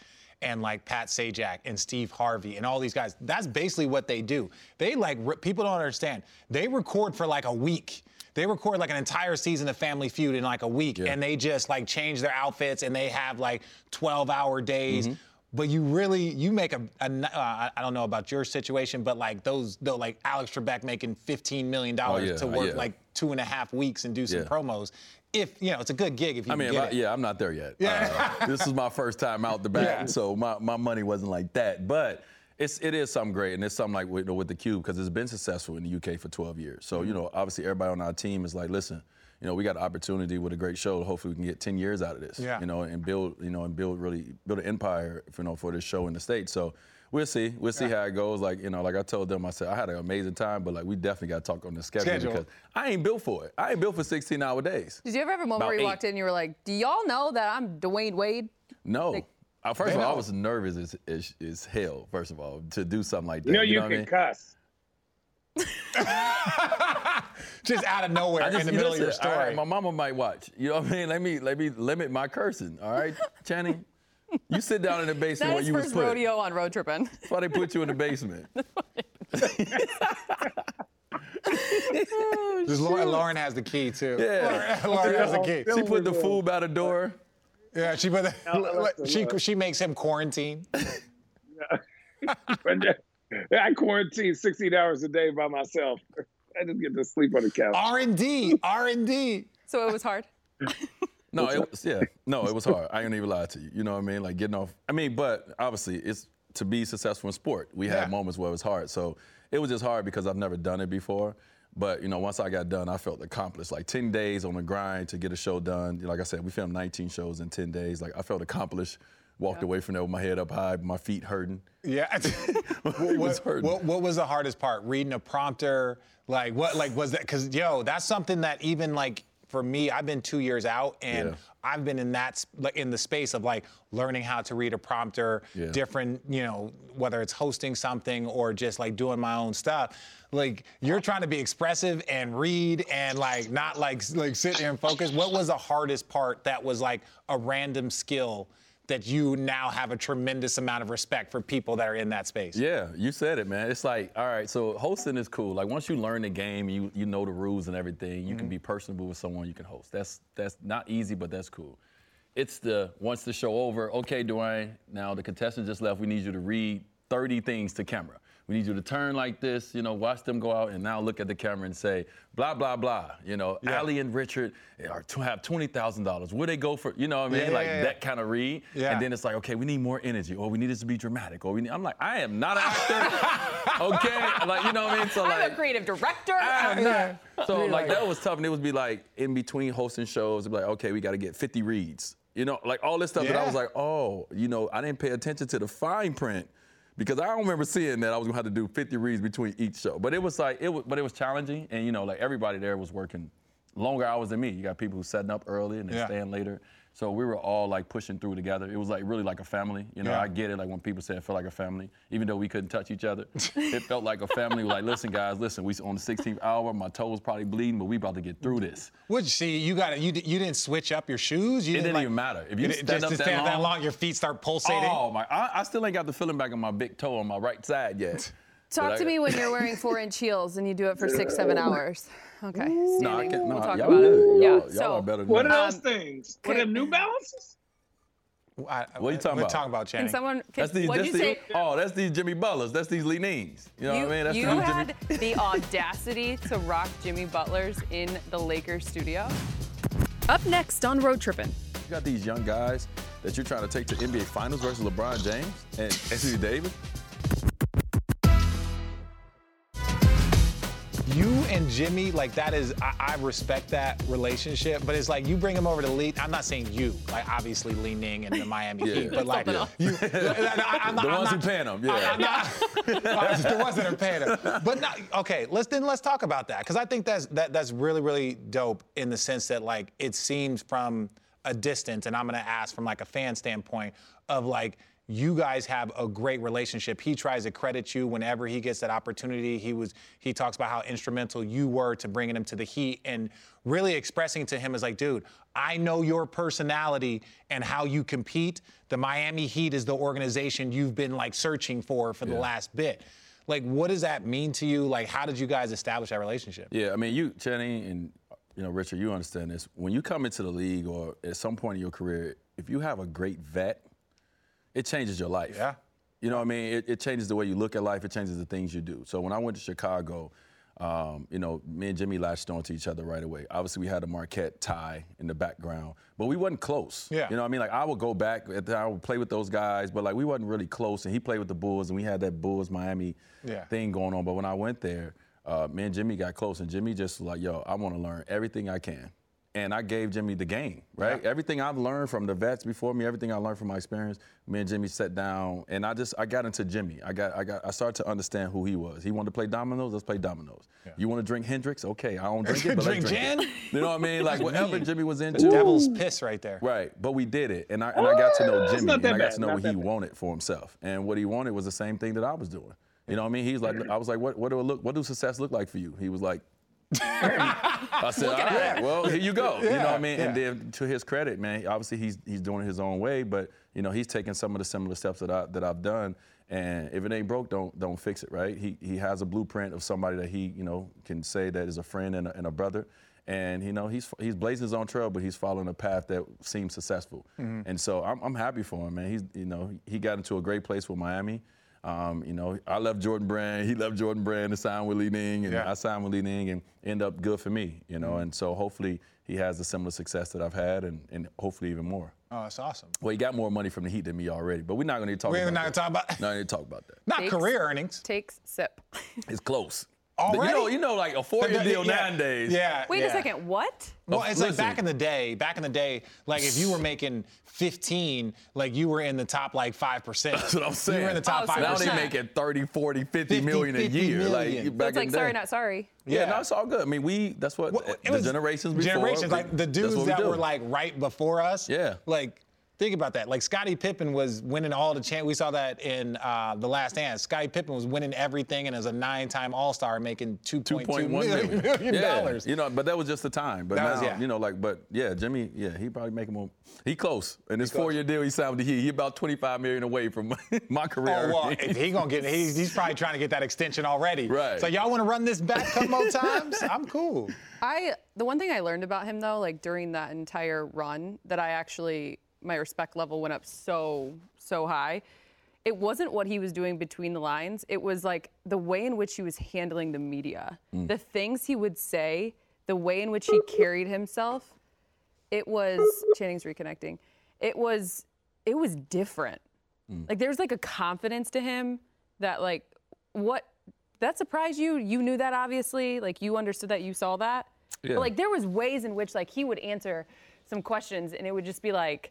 Speaker 2: and like Pat Sajak and Steve Harvey and all these guys. That's basically what they do. They like re- people don't understand. They record for like a week. They record like an entire season of Family Feud in like a week, and they just like change their outfits and they have like 12-hour days.
Speaker 3: Mm-hmm.
Speaker 2: But you really you make a, a n- uh, I- I don't know about your situation, but like those though like Alex Trebek making 15 million dollars
Speaker 3: Oh, yeah,
Speaker 2: to work
Speaker 3: yeah.
Speaker 2: like two and a half weeks and do some
Speaker 3: Yeah.
Speaker 2: promos. If you know, it's a good gig if you
Speaker 3: I mean,
Speaker 2: can get
Speaker 3: if I-
Speaker 2: it.
Speaker 3: yeah, I'm not there yet. Uh, this is my first time out the back,
Speaker 2: Yeah.
Speaker 3: so my, my money wasn't like that. But it's it is something great, and it's something like with, with the cube because it's been successful in the UK for 12 years. So you
Speaker 2: Mm-hmm.
Speaker 3: know, obviously everybody on our team is like, listen, you know, we got an opportunity with a great show. Hopefully, we can get 10 years out of this.
Speaker 2: Yeah.
Speaker 3: You know, and build you know and build really build an empire, you know, for this show in the states. So. we'll see. We'll see how it goes. Like you know, like I told them, I said I had an amazing time, but like we definitely got to talk on the schedule,
Speaker 2: Schedule.
Speaker 3: because I ain't built for it. I ain't built for 16 hour days.
Speaker 1: Did you ever have a moment
Speaker 3: About
Speaker 1: where you
Speaker 3: eight.
Speaker 1: walked in and you were like, "Do y'all know that I'm Dwayne Wade?"
Speaker 3: No. Uh, first of all, I
Speaker 2: know.
Speaker 3: was nervous as, as, as hell. First of all, to do something like that.
Speaker 4: You know you,
Speaker 3: what I
Speaker 4: can
Speaker 3: mean?
Speaker 4: cuss.
Speaker 2: just out of nowhere
Speaker 3: I just,
Speaker 2: in the
Speaker 3: you
Speaker 2: middle of your
Speaker 3: listen, all
Speaker 2: story.
Speaker 3: right, my mama might watch. You know what I mean? Let me let me limit my cursing. All right, Channing. You sit down in the basement
Speaker 1: That
Speaker 3: where
Speaker 1: is
Speaker 3: you was
Speaker 1: first
Speaker 3: put.
Speaker 1: rodeo on road tripping.
Speaker 3: That's why they put you in the basement.
Speaker 2: Just Lauren, Lauren has the key too.
Speaker 3: Yeah.
Speaker 2: Lauren has the key.
Speaker 3: She put the food by the door.
Speaker 2: Yeah, she put the,
Speaker 4: that's the
Speaker 2: she
Speaker 4: look.
Speaker 2: she makes him quarantine.
Speaker 4: I quarantine 16 hours a day by myself. I just get to sleep on the couch.
Speaker 2: R and D, R and D.
Speaker 1: So it was hard.
Speaker 3: No, it was, yeah, no, it was hard. I ain't even lie to you. You know what I mean? Like getting off. I mean, but obviously, it's to be successful in sport. We
Speaker 2: Yeah.
Speaker 3: had moments where it was hard. So it was just hard because I've never done it before. But you know, once I got done, I felt accomplished. Like ten days on the grind to get a show done. Like I said, we filmed 19 shows in 10 days. Like I felt accomplished. Walked away from there with my head up high, my feet hurting.
Speaker 2: Yeah.
Speaker 3: It was
Speaker 2: what,
Speaker 3: hurting.
Speaker 2: what, what was the hardest part? Reading a prompter, like what, like was that? Because yo, that's something that even like for me, I've been two years out, and
Speaker 3: Yeah.
Speaker 2: I've been in that sp- like in the space of like learning how to read a prompter,
Speaker 3: Yeah.
Speaker 2: different, you know, whether it's hosting something or just like doing my own stuff. Like you're trying to be expressive and read and like not like s- like sit there and focus. What was the hardest part that was like a random skill? That you now have a tremendous amount of respect for people that are in that space.
Speaker 3: Yeah, you said it, man. It's like, all right, so hosting is cool. Like once you learn the game, you you know the rules and everything, you
Speaker 2: Mm-hmm.
Speaker 3: can be personable with someone, you can host. That's that's not easy, but that's cool. It's the once the show over, okay, Dwayne, now the contestant just left. We need you to read 30 things to camera. We need you to turn like this, you know, watch them go out and now look at the camera and say, blah, blah, blah. You know, Ali Allie and Richard eh, are to have $20,000. Where they go for, you know what I mean?
Speaker 2: Yeah, yeah,
Speaker 3: like
Speaker 2: yeah, yeah.
Speaker 3: that kind of read.
Speaker 2: Yeah.
Speaker 3: And then it's like, okay, we need more energy, or we need it to be dramatic, or we need. I'm like, I am not an actor. okay, like you know what I mean? So
Speaker 1: I'm
Speaker 3: like, Ah,
Speaker 1: a creative director.
Speaker 3: I'm not.
Speaker 2: Be
Speaker 3: So like
Speaker 2: like-
Speaker 3: that was tough, and it would be like in between hosting shows, it'd be like, okay, we got to get 50 reads. You know, like all this stuff that I was
Speaker 2: Yeah.
Speaker 3: like, oh, you know, I didn't pay attention to the fine print because I don't remember seeing that I was gonna have to do 50 reads between each show. But it was like it, was, but it was challenging, and you know, like everybody there was working longer hours than me. You got people who setting up early and then
Speaker 2: Yeah.
Speaker 3: staying later. So we were all like pushing through together. It was like really like a family. You know,
Speaker 2: Yeah.
Speaker 3: I get it. Like when people say it felt like a family, even though we couldn't touch each other, it felt like a family. Like, listen, guys, listen, we on the 16th hour. My toes probably bleeding, but we about to get through this.
Speaker 2: Which see, you got to you, di- you didn't switch up your shoes. You
Speaker 3: It didn't
Speaker 2: like-
Speaker 3: even matter. If you
Speaker 2: It-
Speaker 3: stand
Speaker 2: just
Speaker 3: up
Speaker 2: to
Speaker 3: that
Speaker 2: stand that
Speaker 3: long-
Speaker 2: long, your feet start pulsating.
Speaker 3: Oh my! I, I still ain't got the feeling back in my big toe on my right side yet.
Speaker 1: Talk
Speaker 3: But I-
Speaker 1: to me when you're wearing four-inch heels and you do it for six, seven hours. Okay.
Speaker 3: No, I
Speaker 1: standing.
Speaker 3: can't. No,
Speaker 1: we'll talk
Speaker 3: y'all
Speaker 1: about
Speaker 3: good.
Speaker 1: it.
Speaker 3: Y'all,
Speaker 1: yeah.
Speaker 3: y'all
Speaker 1: so
Speaker 3: are better than
Speaker 4: What are
Speaker 3: that.
Speaker 1: Um,
Speaker 4: those things? What are them New Balances?
Speaker 2: I- I-
Speaker 3: What you talking
Speaker 2: we're
Speaker 3: about?
Speaker 2: talking
Speaker 1: can
Speaker 2: about Channing.
Speaker 1: someone? Can,
Speaker 3: That's these.
Speaker 1: what'd
Speaker 3: That's
Speaker 1: you
Speaker 3: these
Speaker 1: say?
Speaker 3: oh, that's these Jimmy Butlers. That's these Lee Neens. You know
Speaker 1: You,
Speaker 3: what I mean? That's
Speaker 1: you
Speaker 3: these
Speaker 1: had the audacity to rock Jimmy Butler's in the Lakers studio. Up next on Road Trippin'.
Speaker 3: You got these young guys that you're trying to take to NBA Finals versus LeBron James and Anthony Davis.
Speaker 2: you and Jimmy, like that is, I, I respect that relationship. But it's like you bring him over to Lee. I'm not saying you, like obviously Lee Ning and the Miami
Speaker 3: Yeah.
Speaker 2: Heat, but like
Speaker 1: Something
Speaker 2: you, I, am not,
Speaker 3: The
Speaker 2: I'm
Speaker 3: ones
Speaker 2: not,
Speaker 3: who paying them,
Speaker 2: I-
Speaker 3: yeah.
Speaker 2: I'm not- Oh, it's the ones that are paying them. But not, okay, let's then let's talk about that because I think that's that that's really really dope in the sense that like it seems from a distance, and I'm gonna ask from like a fan standpoint of like. You guys have a great relationship. He tries to credit you whenever he gets that opportunity. He was he talks about how instrumental you were to bringing him to the Heat and really expressing to him is like, dude, I know your personality and how you compete. The Miami Heat is the organization you've been like searching for for the last bit. Like, what does that mean to you? Like, how did you guys establish that relationship?
Speaker 3: Yeah, I mean, you, Channing, and you know, Richard, you understand this. When you come into the league or at some point in your career, if you have a great vet, it changes your life.
Speaker 2: Yeah.
Speaker 3: You know what I mean? It, it changes the way you look at life. It changes the things you do. So when I went to Chicago, um, you know, me and Jimmy latched on to each other right away. Obviously, we had a Marquette tie in the background, but we wasn't close.
Speaker 2: Yeah.
Speaker 3: You know what I mean? Like, I would go back, at the- I would play with those guys, but, like, we wasn't really close. And he played with the Bulls, and we had that Bulls-Miami
Speaker 2: Yeah.
Speaker 3: thing going on. But when I went there, uh, me and Jimmy got close, and Jimmy just was like, yo, I want to learn everything I can and I gave Jimmy the game, right? Everything I've learned from the vets before me, everything I learned from my experience, me and Jimmy sat down and I just I got into Jimmy. I got I got I started to understand who he was. He wanted to play dominoes, let's play dominoes. You want to drink Hendrix? Okay, I don't drink it, but
Speaker 2: Drink
Speaker 3: let's drink it.
Speaker 2: gin?
Speaker 3: You know what I mean? Like whatever Jimmy was
Speaker 2: It's
Speaker 3: into.
Speaker 2: devil's piss right there.
Speaker 3: Right, but we did it, and I and I got to know
Speaker 4: Oh, that's
Speaker 3: Jimmy,
Speaker 4: not
Speaker 3: and
Speaker 4: that
Speaker 3: I got
Speaker 4: bad,
Speaker 3: to know
Speaker 4: not
Speaker 3: what
Speaker 4: that
Speaker 3: he
Speaker 4: bad.
Speaker 3: wanted for himself, and what he wanted was the same thing that I was doing. You know what I mean? He's like, I was like, what what do it look? What do success look like for you? He was like, I said, all right, well here you go. you know what I mean? And then to his credit, man, obviously he's he's doing it his own way, but you know he's taking some of the similar steps that I that I've done. And if it ain't broke, don't don't fix it, right? He he has a blueprint of somebody that he you know can say that is a friend and a, and a brother, and you know he's he's blazing his own trail, but he's following a path that seems successful. And so I'm, I'm happy for him, man. He's you know he got into a great place with Miami. Um, you know, I left Jordan Brand. He left Jordan Brand to sign with Lee Ning, and
Speaker 2: Yeah. Mm-hmm.
Speaker 3: I signed with Lee Ning, and end up good for me. You know, and so hopefully he has the similar success that I've had, and, and hopefully even more.
Speaker 2: Oh, that's awesome.
Speaker 3: Well, he got more money from the Heat than me already, but we're not going to talk.
Speaker 2: We're
Speaker 3: about
Speaker 2: not gonna
Speaker 3: that.
Speaker 2: talk about
Speaker 3: No, I need to talk about that.
Speaker 2: not
Speaker 1: Takes-
Speaker 2: career earnings.
Speaker 1: Takes sip.
Speaker 3: It's close.
Speaker 2: Already?
Speaker 3: You know, you know, like a four-year deal
Speaker 2: yeah.
Speaker 3: nowadays.
Speaker 2: Yeah.
Speaker 1: Wait
Speaker 2: yeah.
Speaker 1: a second. What?
Speaker 2: Well,
Speaker 3: Of-
Speaker 2: it's like
Speaker 3: listen.
Speaker 2: back in the day, back in the day, like if you were making 15, like you were in the top like 5%.
Speaker 3: That's what I'm saying.
Speaker 2: You were in the top
Speaker 1: Oh, so
Speaker 2: 5%.
Speaker 3: Now they
Speaker 1: percent.
Speaker 3: making 30, 40, 50
Speaker 2: 50,
Speaker 3: million a
Speaker 2: 50
Speaker 3: year.
Speaker 2: million.
Speaker 3: Like
Speaker 2: So
Speaker 3: back
Speaker 1: it's like
Speaker 3: in the day.
Speaker 1: sorry, not sorry.
Speaker 3: Yeah,
Speaker 2: Yeah.
Speaker 3: no, it's all good. I mean, we that's what
Speaker 2: Well, it
Speaker 3: the
Speaker 2: was
Speaker 3: generations before.
Speaker 2: generations,
Speaker 3: we-
Speaker 2: like the
Speaker 3: that's what
Speaker 2: dudes
Speaker 3: we
Speaker 2: that
Speaker 3: do.
Speaker 2: were like right before us.
Speaker 3: Yeah.
Speaker 2: Like, think about that. Like Scottie Pippen was winning all the champ. We saw that in uh, the Last Dance. Scottie Pippen was winning everything and as a nine-time All-Star, making 2.2
Speaker 3: 2.1
Speaker 2: million,
Speaker 3: million.
Speaker 2: million
Speaker 3: yeah.
Speaker 2: dollars.
Speaker 3: You know, but that was just the time. But
Speaker 2: That
Speaker 3: now,
Speaker 2: was- yeah.
Speaker 3: you know, like, but yeah, Jimmy, yeah, he probably making more. He close. And this four year deal he signed with the Heat, he about 25 million away from my career.
Speaker 2: Oh well, if he gonna get, he's, he's probably trying to get that extension already.
Speaker 3: Right.
Speaker 2: So y'all want to run this back a couple more times? I'm cool.
Speaker 1: I the one thing I learned about him though, like during that entire run, that I actually my respect level went up so so high. It wasn't what he was doing between the lines. It was like the way in which he was handling the media, the things he would say, the way in which he carried himself. It was Channing's reconnecting. It was it was different. Like there was like a confidence to him that like what that surprised you. You knew that obviously. Like you understood that. You saw that.
Speaker 3: Yeah.
Speaker 1: But like there was ways in which like he would answer some questions and it would just be like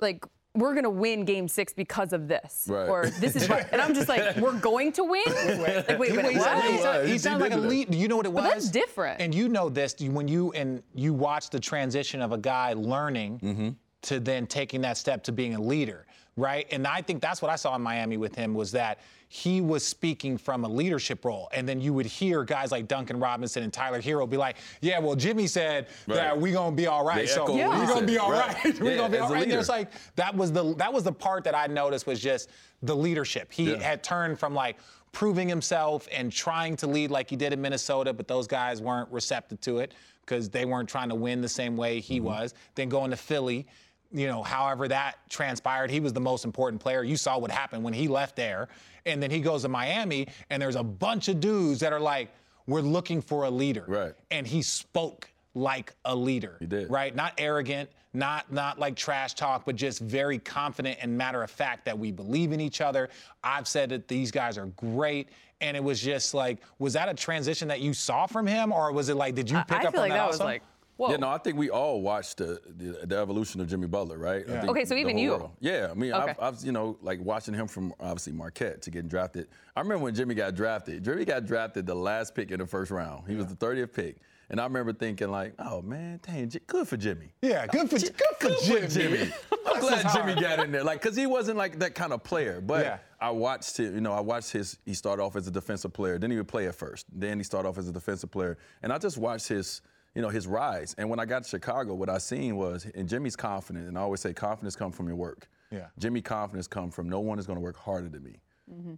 Speaker 1: like we're gonna win game six because of this
Speaker 3: Right.
Speaker 1: or this is what and I'm just like we're going to win. like wait a minute,
Speaker 2: He sound- he
Speaker 1: what?
Speaker 2: sound- He
Speaker 3: He
Speaker 2: sounds like
Speaker 3: did
Speaker 2: a
Speaker 3: do that.
Speaker 2: lead. You know what it was?
Speaker 1: But that's different.
Speaker 2: And you know this you- when you and you watch the transition of a guy learning
Speaker 3: Mm-hmm.
Speaker 2: to then taking that step to being a leader, right? And I think that's what I saw in Miami with him was that he was speaking from a leadership role, and then you would hear guys like Duncan Robinson and Tyler Hero be like, "Yeah, well, Jimmy said that
Speaker 3: Right.
Speaker 2: we gonna be all right,
Speaker 3: They
Speaker 2: so
Speaker 3: echo
Speaker 1: what
Speaker 2: we're
Speaker 1: he
Speaker 2: gonna
Speaker 3: said,
Speaker 2: be all
Speaker 3: right.
Speaker 2: right. we're
Speaker 3: Yeah,
Speaker 2: gonna be
Speaker 3: as
Speaker 2: all
Speaker 3: a
Speaker 2: right." And
Speaker 3: leader.
Speaker 2: There's like that was the that was the part that I noticed was just the leadership. He
Speaker 3: Yeah.
Speaker 2: had turned from like proving himself and trying to lead like he did in Minnesota, but those guys weren't receptive to it because they weren't trying to win the same way
Speaker 3: Mm-hmm.
Speaker 2: he was. Then going to Philly, you know, however that transpired, he was the most important player. You saw what happened when he left there. And then he goes to Miami, and there's a bunch of dudes that are like, we're looking for a leader.
Speaker 3: Right.
Speaker 2: And he spoke like a leader. He
Speaker 3: did.
Speaker 2: Right? Not arrogant, not not like trash talk, but just very confident and matter of fact that we believe in each other. I've said that these guys are great. And it was just like, was that a transition that you saw from him? Or was it like, did you
Speaker 1: I
Speaker 2: pick
Speaker 1: I
Speaker 2: up
Speaker 1: feel
Speaker 2: on
Speaker 1: like
Speaker 2: that,
Speaker 1: that, was
Speaker 2: also?
Speaker 1: like whoa.
Speaker 3: Yeah, no, I think we all watched the, the, the evolution of Jimmy Butler, right? I think
Speaker 1: Okay, so
Speaker 3: the
Speaker 1: even
Speaker 3: whole
Speaker 1: you.
Speaker 3: world. Yeah, I mean,
Speaker 1: Okay.
Speaker 3: I've, I've, you know, like watching him from obviously Marquette to getting drafted. I remember when Jimmy got drafted. Jimmy got drafted the last pick in the first round. He was the 30th pick. And I remember thinking, like, oh man, dang, J- good for Jimmy.
Speaker 2: Yeah, good for, good for Jimmy.
Speaker 3: Good for Jimmy. I'm glad
Speaker 2: is
Speaker 3: Jimmy
Speaker 2: hard.
Speaker 3: got in there, like, cause he wasn't like that kind of player. But
Speaker 2: Yeah.
Speaker 3: I watched him. You know, I watched his. He started off as a defensive player. Then he would play at first. Then he started off as a defensive player. And I just watched his. You know his rise, and when I got to Chicago, what I seen was, and Jimmy's confident, and I always say confidence comes from your work.
Speaker 2: Yeah.
Speaker 3: Jimmy confidence come from no one is going to work harder than me.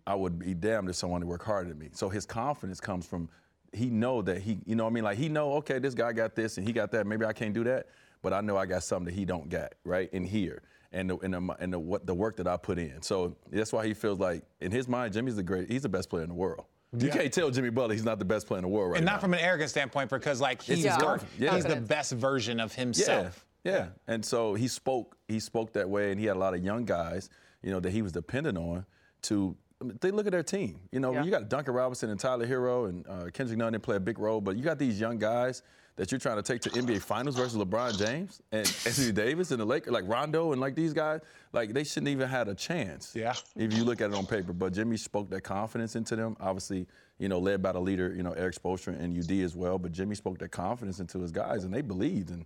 Speaker 3: I would be damned if someone would work harder than me. So his confidence comes from he know that he, you know what I mean? Like he know, okay, this guy got this and he got that. Maybe I can't do that, but I know I got something that he don't got, right? In here. And the, and the, and the, what, the work that I put in. So that's why he feels like, in his mind, Jimmy's the great, he's the best player in the world. You can't tell Jimmy Butler he's not the best player in the world right
Speaker 2: And
Speaker 3: now.
Speaker 2: not from an arrogant standpoint, because like he's,
Speaker 1: his
Speaker 2: the-
Speaker 3: confidence. Yeah.
Speaker 2: he's the
Speaker 1: Confidence.
Speaker 2: best version of himself.
Speaker 3: Yeah, yeah. And so he spoke. He spoke that way, and he had a lot of young guys, you know, that he was dependent on to. I mean, they look at their team. You know,
Speaker 1: Yeah.
Speaker 3: you got Duncan Robinson and Tyler Hero and uh, Kendrick Nunn. They play a big role, but you got these young guys that you're trying to take to NBA Finals versus LeBron James and Anthony Davis and the Lakers, like Rondo and like these guys, like they shouldn't even had a chance.
Speaker 2: Yeah.
Speaker 3: If you look at it on paper, but Jimmy spoke that confidence into them. Obviously, you know, led by the leader, you know, Eric Spoelstra and UD as well. But Jimmy spoke that confidence into his guys, and they believed and.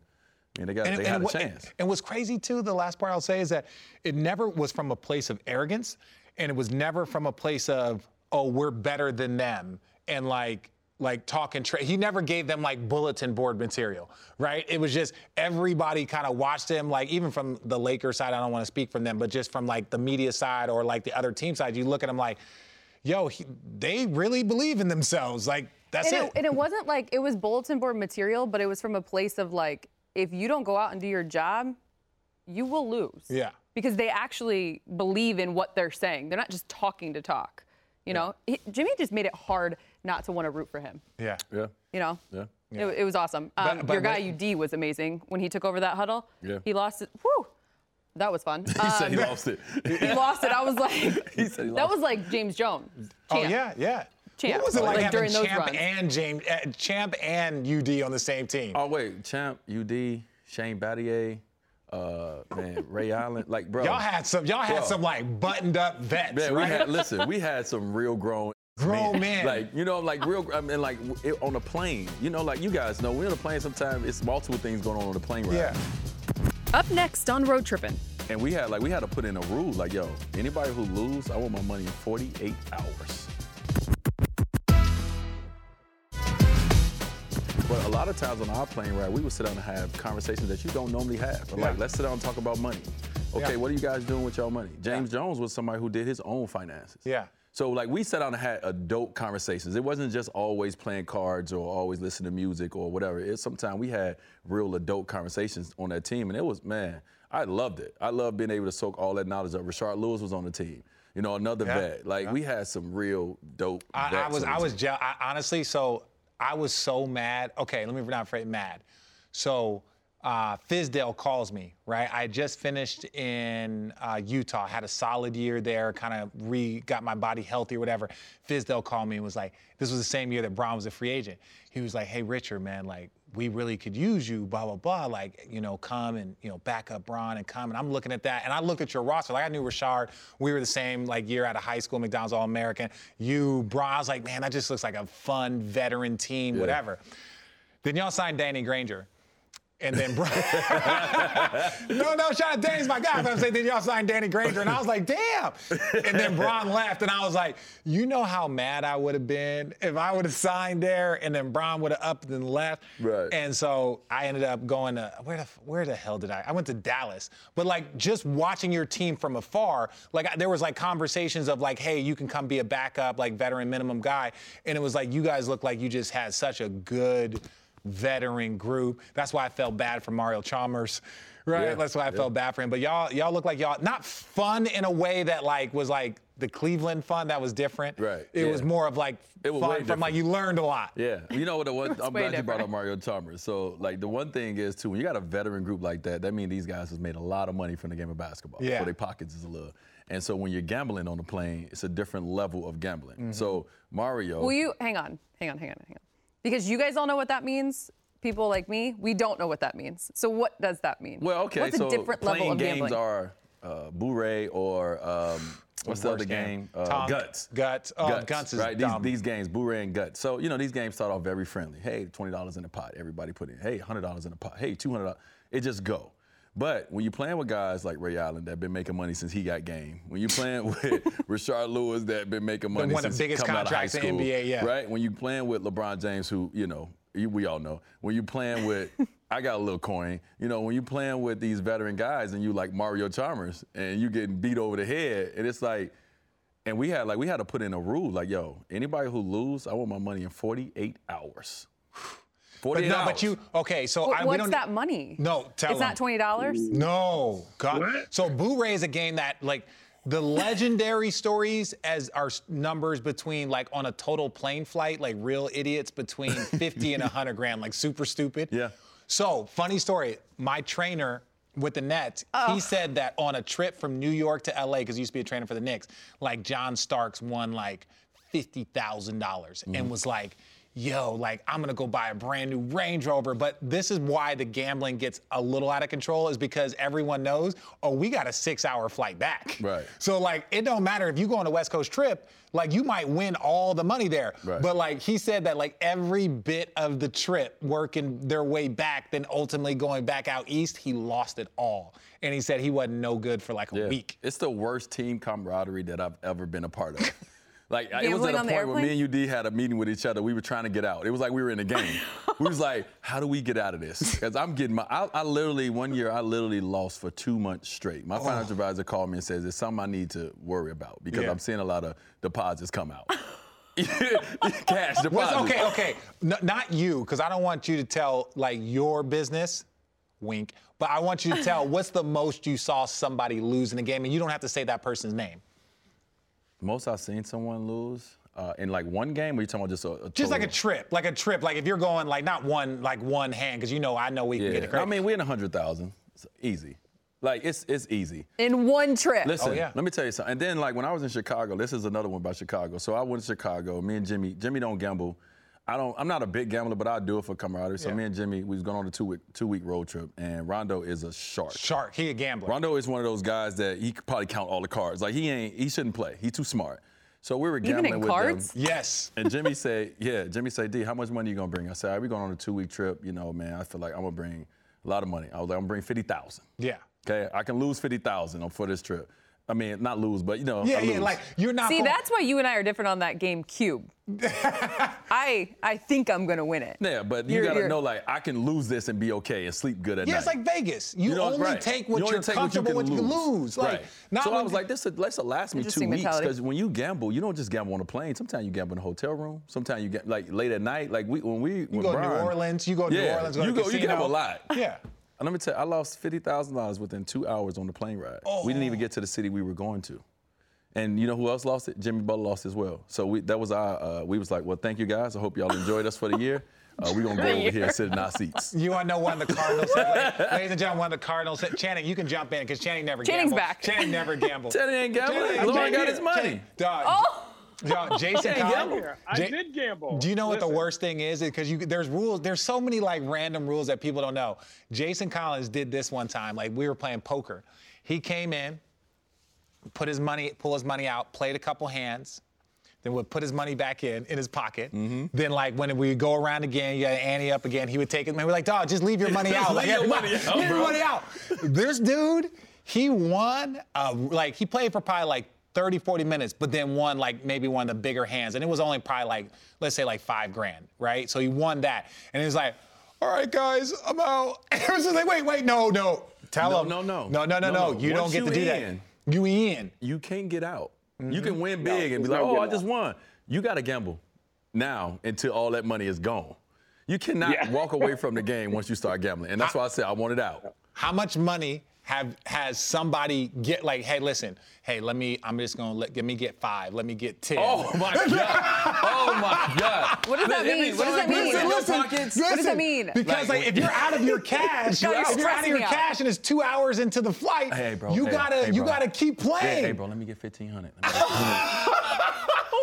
Speaker 3: And they got, they had a
Speaker 2: what-
Speaker 3: chance.
Speaker 2: and what's crazy too, the last part I'll say is that it never was from a place of arrogance, and it was never from a place of oh we're better than them and like like talking. Tra- he never gave them like bulletin board material, right? It was just everybody kind of watched him. Like even from the Lakers side, I don't want to speak from them, but just from like the media side or like the other team side, you look at him like, yo, he, they really believe in themselves. Like that's
Speaker 1: And
Speaker 2: it.
Speaker 1: it, and it wasn't like it was bulletin board material, but it was from a place of like, if you don't go out and do your job, you will lose.
Speaker 2: Yeah.
Speaker 1: Because they actually believe in what they're saying. They're not just talking to talk. You know, He- Jimmy just made it hard not to want to root for him.
Speaker 2: yeah.
Speaker 3: Yeah.
Speaker 1: You know,
Speaker 3: Yeah.
Speaker 1: It, it was awesome. Um,
Speaker 2: but
Speaker 1: your guy
Speaker 2: what-
Speaker 1: UD was amazing when he took over that huddle.
Speaker 3: Yeah.
Speaker 1: He lost it. Whew, that was fun.
Speaker 3: He
Speaker 1: Um,
Speaker 3: said he lost it.
Speaker 1: he lost it. I was like,
Speaker 3: He said he
Speaker 1: that
Speaker 3: lost
Speaker 1: was like James Jones.
Speaker 2: Oh
Speaker 1: champ.
Speaker 2: yeah, yeah.
Speaker 1: Champ.
Speaker 2: What was it like,
Speaker 1: Like,
Speaker 2: having
Speaker 1: during those
Speaker 2: Champ
Speaker 1: runs.
Speaker 2: and James, uh, Champ and UD on the same team?
Speaker 3: Oh wait, Champ, UD, Shane Battier, uh, man, Ray Allen, like bro.
Speaker 2: y'all had some, y'all had
Speaker 3: Bro.
Speaker 2: some like buttoned up vets,
Speaker 3: man, we
Speaker 2: right?
Speaker 3: had listen, we had some real grown
Speaker 2: Grown men.
Speaker 3: Like you know, like real, I mean, like w- it, on a plane. You know, like you guys know, we're on a plane. Sometimes it's multiple things going on on the plane ride.
Speaker 2: yeah.
Speaker 1: Up next on Road Trippin'.
Speaker 3: And we had like we had to put in a rule, like yo, anybody who lose, I want my money in 48 hours. But a lot of times on our plane ride, we would sit down and have conversations that you don't normally have. But like,
Speaker 2: Yeah.
Speaker 3: let's sit down and talk about money. Okay,
Speaker 2: Yeah.
Speaker 3: what are you guys doing with your money? James Jones was somebody who did his own finances.
Speaker 2: Yeah.
Speaker 3: So like we sat down and had adult conversations. It wasn't just always playing cards or always listening to music or whatever. It's sometimes we had real adult conversations on that team, and it was man, I loved it. I loved being able to soak all that knowledge up. Rashard Lewis was on the team, you know, another
Speaker 2: Yeah.
Speaker 3: vet. Like we had some real dope.
Speaker 2: I, I
Speaker 3: vets
Speaker 2: was,
Speaker 3: on the
Speaker 2: I
Speaker 3: team.
Speaker 2: was, je- I, honestly, so I was so mad. Okay, let me not afraid mad. So uh, Fizdale calls me, right? I had just finished in uh, Utah, had a solid year there, kind of re got my body healthy or whatever. Fizdale called me and was like, this was the same year that Brown was a free agent. He was like, hey, Richard, man, like, we really could use you, blah, blah, blah. Like, you know, come and, you know, back up Braun and come. And I'm looking at that. And I looked at your roster. Like, I knew Rashard. We were the same, like, year out of high school, McDonald's All American. You, Braun. I was like, man, that just looks like a fun veteran team, whatever. Then y'all signed Danny Granger. And then Brian. no, no, shout out Danny's my guy. But I'm saying then y'all signed Danny Granger. And I was like, damn. And then Braun left. And I was like, you know how mad I would have been if I would have signed there and then Braun would have upped and left.
Speaker 3: Right.
Speaker 2: And so I ended up going to where the where the hell did I? I went to Dallas. But like just watching your team from afar, like I- there was like conversations of like, hey, you can come be a backup, like veteran minimum guy. And it was like you guys look like you just had such a good veteran group. That's why I felt bad for Mario Chalmers. Right.
Speaker 3: Yeah,
Speaker 2: That's why I felt bad for him. But y'all, y'all look like y'all not fun in a way that like was like the Cleveland fun that was different.
Speaker 3: Right,
Speaker 2: It was
Speaker 3: yeah.
Speaker 2: more of like
Speaker 3: It was way
Speaker 2: fun from
Speaker 3: different.
Speaker 2: like you learned a lot.
Speaker 3: Yeah, you know what? The one, I'm
Speaker 1: way
Speaker 3: glad you brought
Speaker 1: different.
Speaker 3: up Mario Chalmers. So, like, the one thing is too, when you got a veteran group like that, that means these guys has made a lot of money from the game of basketball.
Speaker 2: Yeah.
Speaker 3: So their pockets is a little. And so when you're gambling on the plane, it's a different level of gambling.
Speaker 2: Mm-hmm.
Speaker 3: So Mario,
Speaker 1: Will you hang on, hang on, hang on, hang on? Because you guys all know what that means. People like me, we don't know what that means. So what does that mean?
Speaker 3: well, okay,
Speaker 1: What's
Speaker 3: so
Speaker 1: a different
Speaker 3: playing
Speaker 1: level of
Speaker 3: games
Speaker 1: gambling?
Speaker 3: are uh, Bouray or um, what's the
Speaker 2: Worst
Speaker 3: other game? Uh,
Speaker 2: Tom-
Speaker 3: Guts.
Speaker 2: Guts. Oh, Guts is
Speaker 3: right. These,
Speaker 2: dumb.
Speaker 3: these games, Bouray and Guts. So you know these games start off very friendly. Hey, twenty dollars in the pot. Everybody put in. Hey, hundred dollars in the pot. Hey, two hundred. dollars It just go. But when you're playing with guys like Ray Allen that been making money since he got game, when you're playing with Rashard Lewis that been making money
Speaker 2: one of the
Speaker 3: since
Speaker 2: biggest
Speaker 3: coming out of high
Speaker 2: contracts in
Speaker 3: school,
Speaker 2: NBA, yeah.
Speaker 3: right? When you're playing with LeBron James, who you know you, we all know, when you're playing with I got a little coin, you know, when you're playing with these veteran guys and you like Mario Chalmers and you getting beat over the head, and it's like and we had like we had to put in a rule like, yo, anybody who lose, I want my money in 48 hours.
Speaker 2: But
Speaker 3: 48
Speaker 2: no,
Speaker 3: hours.
Speaker 2: but you okay? So
Speaker 1: What-
Speaker 2: I, we
Speaker 1: what's
Speaker 2: don't.
Speaker 1: that money?
Speaker 2: No, tell
Speaker 1: It's not
Speaker 2: them.
Speaker 1: twenty dollars.
Speaker 2: No, God.
Speaker 4: What?
Speaker 2: So Blu-ray is a game that like the legendary stories as are s- numbers between like on a total plane flight, like real idiots between 50 and 100 grand, like super stupid.
Speaker 3: Yeah.
Speaker 2: So funny story. My trainer with the Nets, he said that on a trip from New York to LA, because he used to be a trainer for the Knicks, like John Starks won like $50,000 and was like, yo, like I'm gonna go buy a brand new Range Rover. But this is why the gambling gets a little out of control is because everyone knows, oh, we got a six hour flight back.
Speaker 3: Right.
Speaker 2: So like it don't matter if you go on a West Coast trip, like you might win all the money there.
Speaker 3: Right.
Speaker 2: But like he said that like every bit of the trip working their way back, then ultimately going back out east, he lost it all. And he said he wasn't no good for like a
Speaker 3: Yeah.
Speaker 2: week.
Speaker 3: It's the worst team camaraderie that I've ever been a part of. Like I- it was at
Speaker 1: Gambling
Speaker 3: a
Speaker 1: on the
Speaker 3: point where me
Speaker 1: airplane?
Speaker 3: and UD had a meeting with each other. We were trying to get out. It was like we were in a game. we was like, how do we get out of this? Because I'm getting my. I, I literally one year I literally lost for two months straight. My financial advisor called me and says it's something I need to worry about
Speaker 2: Oh.
Speaker 3: because
Speaker 2: Yeah.
Speaker 3: I'm seeing a lot of deposits come out. Cash deposits.
Speaker 2: Well, okay, okay. N- not you, because I don't want you to tell like your business, wink. But I want you to tell what's the most you saw somebody lose in the game, and you don't have to say that person's name.
Speaker 3: Most I've seen someone lose uh, in like one game. Or you talking about just a, a
Speaker 2: Just like a
Speaker 3: total?
Speaker 2: trip, like a trip. Like if you're going like not one, like one hand, because you know I know we can get it.
Speaker 3: Yeah.
Speaker 2: Crazy.
Speaker 3: I mean, we in a hundred thousand. It's easy. Like it's it's easy.
Speaker 1: in one trip.
Speaker 3: Listen,
Speaker 2: Oh, yeah.
Speaker 3: let me tell you something. And then like when I was in Chicago, this is another one about Chicago. So I went to Chicago. Me and Jimmy, Jimmy don't gamble. I don't. I'm not a big gambler, but I do it for camaraderie. So
Speaker 2: Yeah.
Speaker 3: me and Jimmy, we was going on a two week two week road trip, and Rondo is a shark.
Speaker 2: shark. He a gambler.
Speaker 3: Rondo is one of those guys that he could probably count all the cards. Like he ain't. He shouldn't play. He too smart. So we were
Speaker 1: Even in
Speaker 3: gambling with
Speaker 1: cards?
Speaker 3: them.
Speaker 2: Yes.
Speaker 3: And Jimmy said, yeah, Jimmy said, D, how much money you gonna bring? I said, all right, we going on a two week trip. You know, man, I feel like I'm gonna bring a lot of money. I was like, I'm gonna bring 50,000.
Speaker 2: Yeah.
Speaker 3: Okay, I can lose 50,000 on- for this trip. I mean, not lose, but you know.
Speaker 2: Yeah,
Speaker 3: I
Speaker 2: yeah.
Speaker 3: lose.
Speaker 2: Like you're not.
Speaker 1: See,
Speaker 2: going-
Speaker 1: that's why you and I are different on that game cube. I I think I'm gonna win it.
Speaker 3: Yeah, but you
Speaker 1: You're-
Speaker 3: gotta
Speaker 1: you're-
Speaker 3: know, like, I can lose this and be okay and sleep good at
Speaker 2: Yeah,
Speaker 3: night.
Speaker 2: it's like Vegas. You,
Speaker 3: know,
Speaker 2: only
Speaker 3: right.
Speaker 2: take what
Speaker 3: You only
Speaker 2: you are
Speaker 3: take
Speaker 2: comfortable
Speaker 3: can
Speaker 2: with. You lose. Like
Speaker 3: right.
Speaker 2: not
Speaker 3: so I
Speaker 2: when-
Speaker 3: was like, this is, this will last me two
Speaker 1: Interesting
Speaker 3: weeks
Speaker 1: mentality.
Speaker 3: because when you gamble, you don't just gamble on a plane. Sometimes you gamble in a hotel room. Sometimes you get like late at night. Like we when we
Speaker 2: you go to New Orleans. You go to New
Speaker 3: Yeah,
Speaker 2: Orleans. Go to
Speaker 3: you
Speaker 2: the
Speaker 3: go- you
Speaker 2: casino.
Speaker 3: gamble a lot.
Speaker 2: Yeah.
Speaker 3: And let me tell you, I lost fifty thousand dollars within two hours on the plane ride. We didn't even get to the city we were going to. And you know who else lost it? Jimmy Butler lost as well. So we, that was our. Uh, we was like, well, thank you guys. I hope y'all enjoyed us for the year. Uh, we gonna go over here and sit in our seats.
Speaker 2: You want to know one of the Cardinals? said, ladies and gentlemen, one of the Cardinals. said- Channing, you can jump in because Channing never
Speaker 1: Channing's
Speaker 2: gambled.
Speaker 1: back.
Speaker 2: Channing never gambled.
Speaker 3: Teddy ain't gambling. Lauren got his money.
Speaker 2: Dog,
Speaker 1: Oh!
Speaker 2: dog, Jason
Speaker 3: Channing
Speaker 2: Collins.
Speaker 3: gambled.
Speaker 4: Here, I
Speaker 2: Ja-
Speaker 4: did gamble.
Speaker 2: Do you know what the
Speaker 4: Listen,
Speaker 2: worst thing is? Because you there's rules. There's so many like random rules that people don't know. Jason Collins did this one time. Like we were playing poker. He came in, put his money, pull his money out, played a couple hands. Then would put his money back in in his pocket.
Speaker 3: Mm-hmm.
Speaker 2: Then like when we would go around again, you had Annie up again. He would take it. Man, we're like, dog, just leave your money out. Like,
Speaker 3: Leave your
Speaker 2: everybody-
Speaker 3: money out,
Speaker 2: leave your
Speaker 3: bro.
Speaker 2: money out. This dude, he won. Uh, like he played for probably like 30, 40 minutes, but then won like maybe one of the bigger hands, and it was only probably like let's say like five grand, right? So he won that, and he was like, all right, guys, I'm out. And it was just like, wait, wait, no, no, tell
Speaker 3: No,
Speaker 2: him,
Speaker 3: no, no.
Speaker 2: no, no, no,
Speaker 3: No,
Speaker 2: no,
Speaker 3: no.
Speaker 2: you don't
Speaker 3: Once
Speaker 2: get
Speaker 3: you
Speaker 2: to do
Speaker 3: in-
Speaker 2: that. You in.
Speaker 3: You can't get out. You can win big and be
Speaker 4: there's
Speaker 3: like,
Speaker 4: no
Speaker 3: oh, I
Speaker 4: getting
Speaker 3: just won. You gotta gamble now until all that money is gone. You cannot
Speaker 4: Yeah.
Speaker 3: walk away from the game once you start gambling, and that's why I said I want it out.
Speaker 2: how much money have has somebody get like hey listen hey let me i'm just gonna let, let me get five let me get ten
Speaker 3: Oh my god! Oh my god!
Speaker 1: What does that
Speaker 3: Every
Speaker 1: mean? What does that
Speaker 3: time
Speaker 1: mean?
Speaker 3: you put it in your
Speaker 1: Listen,
Speaker 3: pockets-
Speaker 1: What does that mean?
Speaker 2: Because like,
Speaker 3: Like,
Speaker 2: if you're out of your cash,
Speaker 1: God, you're
Speaker 2: if you're out of
Speaker 1: stressing
Speaker 2: your
Speaker 1: me out.
Speaker 2: cash and it's two hours into the flight,
Speaker 3: Hey, bro.
Speaker 2: you
Speaker 3: hey,
Speaker 2: gotta
Speaker 3: hey,
Speaker 2: you
Speaker 3: bro.
Speaker 2: gotta keep
Speaker 3: Hey,
Speaker 2: playing.
Speaker 3: hey, bro, let me get fifteen hundred.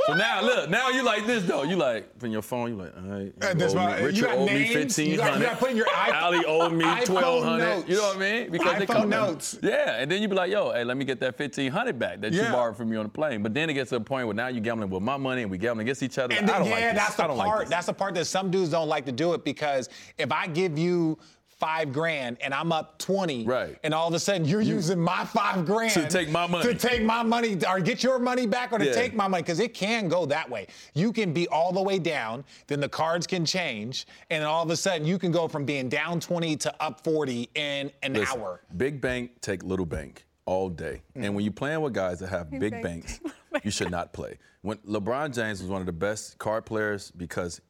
Speaker 3: so now look, now you like this though. You like from your phone. You like, all right.
Speaker 2: Uh,
Speaker 3: you
Speaker 2: that's
Speaker 3: owe me-
Speaker 2: why- you
Speaker 3: Richard
Speaker 2: got
Speaker 3: owed me
Speaker 2: names, you got-
Speaker 3: fifteen
Speaker 2: you
Speaker 3: hundred.
Speaker 2: gotta put in your iPhone-
Speaker 3: Ali owed me
Speaker 2: iPhone
Speaker 3: twelve hundred.
Speaker 2: notes.
Speaker 3: You know what I mean?
Speaker 2: iPhone
Speaker 3: come-
Speaker 2: notes.
Speaker 3: Yeah, and then you be like, yo, hey, let me get that fifteen hundred back that
Speaker 2: Yeah.
Speaker 3: you borrowed from me on the plane. But then it gets to the point where now you're gambling with my money and we gambling against each other.
Speaker 2: And
Speaker 3: I
Speaker 2: then,
Speaker 3: don't
Speaker 2: yeah,
Speaker 3: like this.
Speaker 2: that's the
Speaker 3: I don't
Speaker 2: part.
Speaker 3: like this.
Speaker 2: that's the part that some dudes don't like to do it because if I give you five grand and I'm up twenty,
Speaker 3: Right.
Speaker 2: and all of a sudden you're using my five grand
Speaker 3: To take my
Speaker 2: to
Speaker 3: money.
Speaker 2: take my money, or get your money back, or to
Speaker 3: Yeah.
Speaker 2: take my money, because it can go that way. You can be all the way down, then the cards can change, and then all of a sudden you can go from being down twenty to up forty in an
Speaker 3: Listen,
Speaker 2: hour.
Speaker 3: Big bank take little bank all day. And when you're playing with guys that have big,
Speaker 1: bank
Speaker 3: banks,
Speaker 1: take little bank.
Speaker 3: you should not play. When LeBron James was one of the best card players because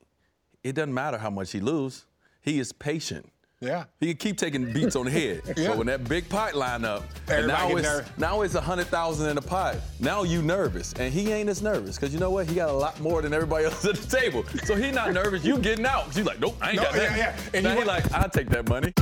Speaker 3: it doesn't matter how much he lose, he is patient.
Speaker 2: Yeah.
Speaker 3: He can keep taking beats on the head. But when that big pot line up, and
Speaker 2: Everybody
Speaker 3: now
Speaker 2: get
Speaker 3: it's
Speaker 2: nervous.
Speaker 3: now it's a hundred thousand in the pot. Now you nervous, and he ain't as nervous because you know what? He got a lot more than everybody else at the table. So he not nervous. You getting out? You like, nope, I ain't
Speaker 2: No,
Speaker 3: got that.
Speaker 2: yeah, yeah. And
Speaker 3: Now
Speaker 2: you
Speaker 3: he
Speaker 2: want-
Speaker 3: like, I will take that money.